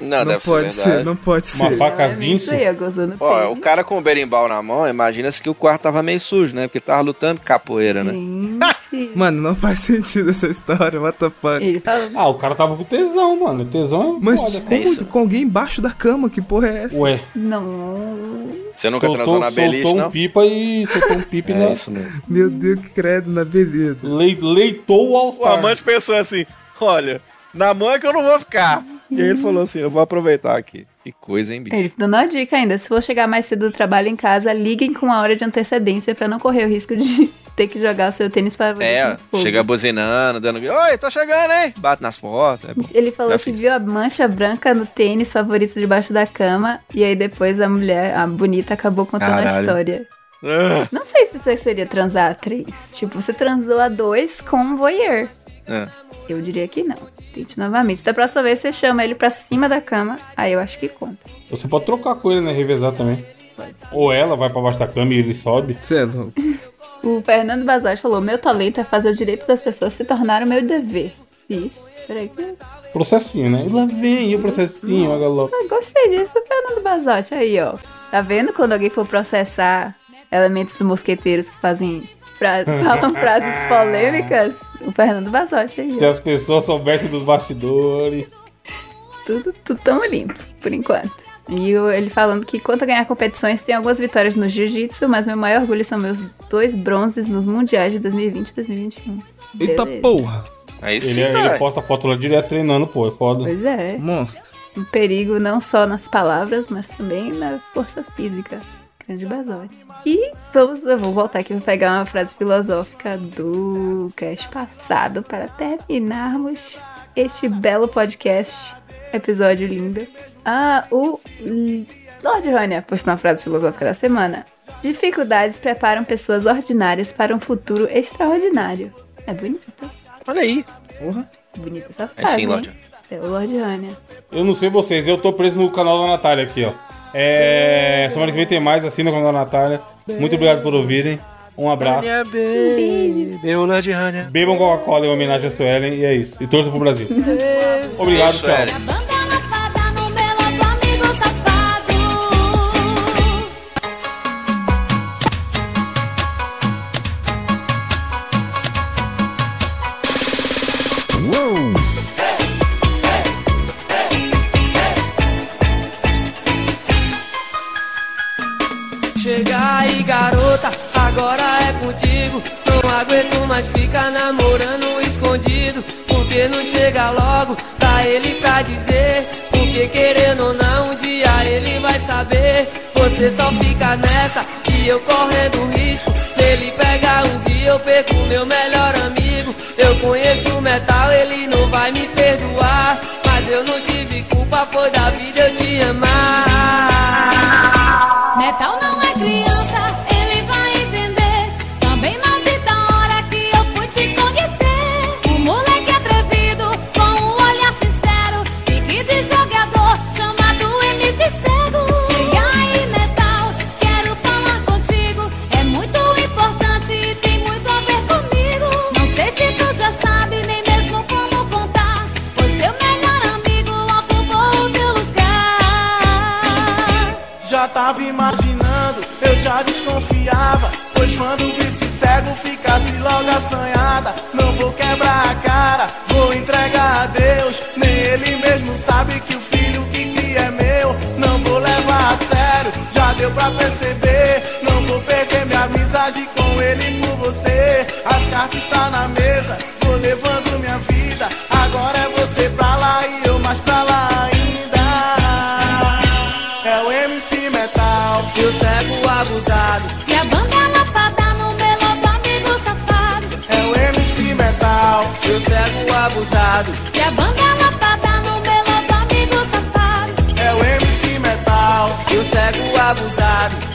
S2: Não,
S3: não
S2: Ah, deve
S3: pode
S2: ser verdade.
S3: não pode
S1: Uma
S3: ser.
S1: faca- Facas
S4: Não, é Isso
S1: guinso?
S4: aí, eu gozando
S2: Ó,
S4: tênis.
S2: o cara com o berimbau na mão, imagina-se que o quarto tava meio sujo, né? Porque tava lutando capoeira, né?
S4: Gente.
S3: Mano, não faz sentido essa história, what the fuck.
S4: Ele falou
S1: Ah, o cara tava com tesão, mano. Tesão é
S3: Mas
S1: foda.
S3: como
S2: isso.
S3: com alguém embaixo da cama, que porra é essa?
S1: Ué,
S4: Não.
S2: Você nunca transou
S1: soltou,
S2: na
S1: soltou
S2: beliche,
S1: um
S2: não?
S1: pipa e soltou um pipa e
S2: É
S1: né?
S2: isso mesmo.
S3: Meu Deus, que credo na beleza.
S1: Lei- leitou o
S2: O
S1: All-Star.
S2: amante pensou assim: olha, na mão é que eu não vou ficar. E aí ele falou assim: eu vou aproveitar aqui. Que coisa, hein, bicho?
S4: Ele dando uma dica ainda. Se for chegar mais cedo do trabalho em casa, liguem com a hora de antecedência pra não correr o risco de ter que jogar o seu tênis para
S2: É, chega buzinando, dando. Oi, tô chegando, hein? Bate nas portas. É bom.
S4: Ele falou
S2: Já
S4: que
S2: fiz.
S4: viu a mancha branca no tênis favorito debaixo da cama e aí depois a mulher, a bonita, acabou contando a
S2: Caralho.
S4: história.
S2: Ah,
S4: Não sei se isso aí seria transar a três. Tipo, você transou a dois com um voyeur.
S2: é.
S4: Eu diria que não. Tente novamente. Da próxima vez você chama ele pra cima da cama, aí eu acho que conta.
S1: Você pode trocar com ele, né? Revezar também.
S4: Pode ser.
S1: Ou ela vai pra baixo da cama e ele sobe.
S3: Você é louco.
S4: O Fernando Basage falou: Meu talento é fazer o direito das pessoas se tornar o meu dever. E, peraí, que eu
S1: Processinho, né? E lá vem o processinho, olha lá.
S4: gostei disso, Fernando Basotti. Aí, ó. Tá vendo quando alguém for processar elementos do mosqueteiros que fazem. Fra falam frases polêmicas? O Fernando Basotti aí,
S1: Se
S4: ó.
S1: as pessoas soubessem dos bastidores.
S4: Tudo, tudo tão limpo, por enquanto. E o- ele falando que quanto a ganhar competições, tem algumas vitórias no jiu-jitsu, mas meu maior orgulho são meus dois bronzes nos mundiais de 2020 e 2021.
S3: Eita
S4: Beleza.
S3: porra,
S2: Aí
S1: Ele,
S2: sim,
S1: ele
S2: cara.
S1: posta foto lá direto treinando, pô. É foda.
S4: Pois é.
S3: monstro.
S4: um perigo não só nas palavras, mas também na força física. Grande basote. E vamos, eu vou voltar aqui para pegar uma frase filosófica do cast passado para terminarmos este belo podcast. Episódio lindo. Ah, o L- Lord Rania postou uma frase filosófica da semana. Dificuldades preparam pessoas ordinárias para um futuro extraordinário. É bonito.
S2: Olha aí.
S4: Bonita essa
S2: É
S4: frase.
S2: sim,
S4: hein?
S2: Lorde.
S4: É o Lord Rania.
S1: Eu não sei vocês, eu tô preso no canal da Natália aqui, ó. É, semana que vem tem mais, assina o canal da Natália. Muito obrigado por ouvirem. Um abraço.
S2: Minha baby, meu Lorde Rania.
S1: Bebam Coca-Cola em homenagem a Suelen e é isso. E torçam pro Brasil. Obrigado,
S2: Beijo,
S1: tchau.
S2: Suelen.
S5: Banda na fada no belo do amigo safado.
S6: Chega aí, garota, agora é contigo. Não aguento mais ficar namorando escondido. Porque não chega logo pra ele pra dizer. Porque querendo ou não, um dia ele vai saber. Você só fica nessa e eu correndo risco. Se ele pegar um dia, eu perco meu melhor amigo. Eu conheço metal, ele não vai me perdoar. Mas eu não tive culpa, foi da vida eu te amar.
S5: Metal não é criança, ele vai entender. Também maldita a hora que eu fui te conhecer. Um moleque atrevido, com um olhar sincero. Pique de jogador, chamado MC Cego. Chega aí, Metal, quero falar contigo. É muito importante e tem muito a ver comigo. Não sei se tu já sabe, nem mesmo como contar. Pois teu melhor amigo ocupou o teu lugar.
S7: Já tava imaginando, eu já desconfiava. Pois quando vi esse cego ficasse logo assanhada. Não vou quebrar a cara, vou entregar a Deus. Nem ele mesmo sabe que o filho que cria é meu. Não vou levar a sério, já deu pra perceber. Não vou perder minha amizade com ele por você. As cartas tá na mesa, vou levando minha vida. Agora é você pra lá e eu mais pra lá ainda. É o MC Metal.
S6: E o cego abusado
S5: E a banda lapada no melô do amigo safado.
S7: É o MC Metal.
S6: Eu cego abusado,
S5: E a banda lapada no melô do amigo safado.
S7: É o MC Metal.
S6: eu cego abusado.
S7: é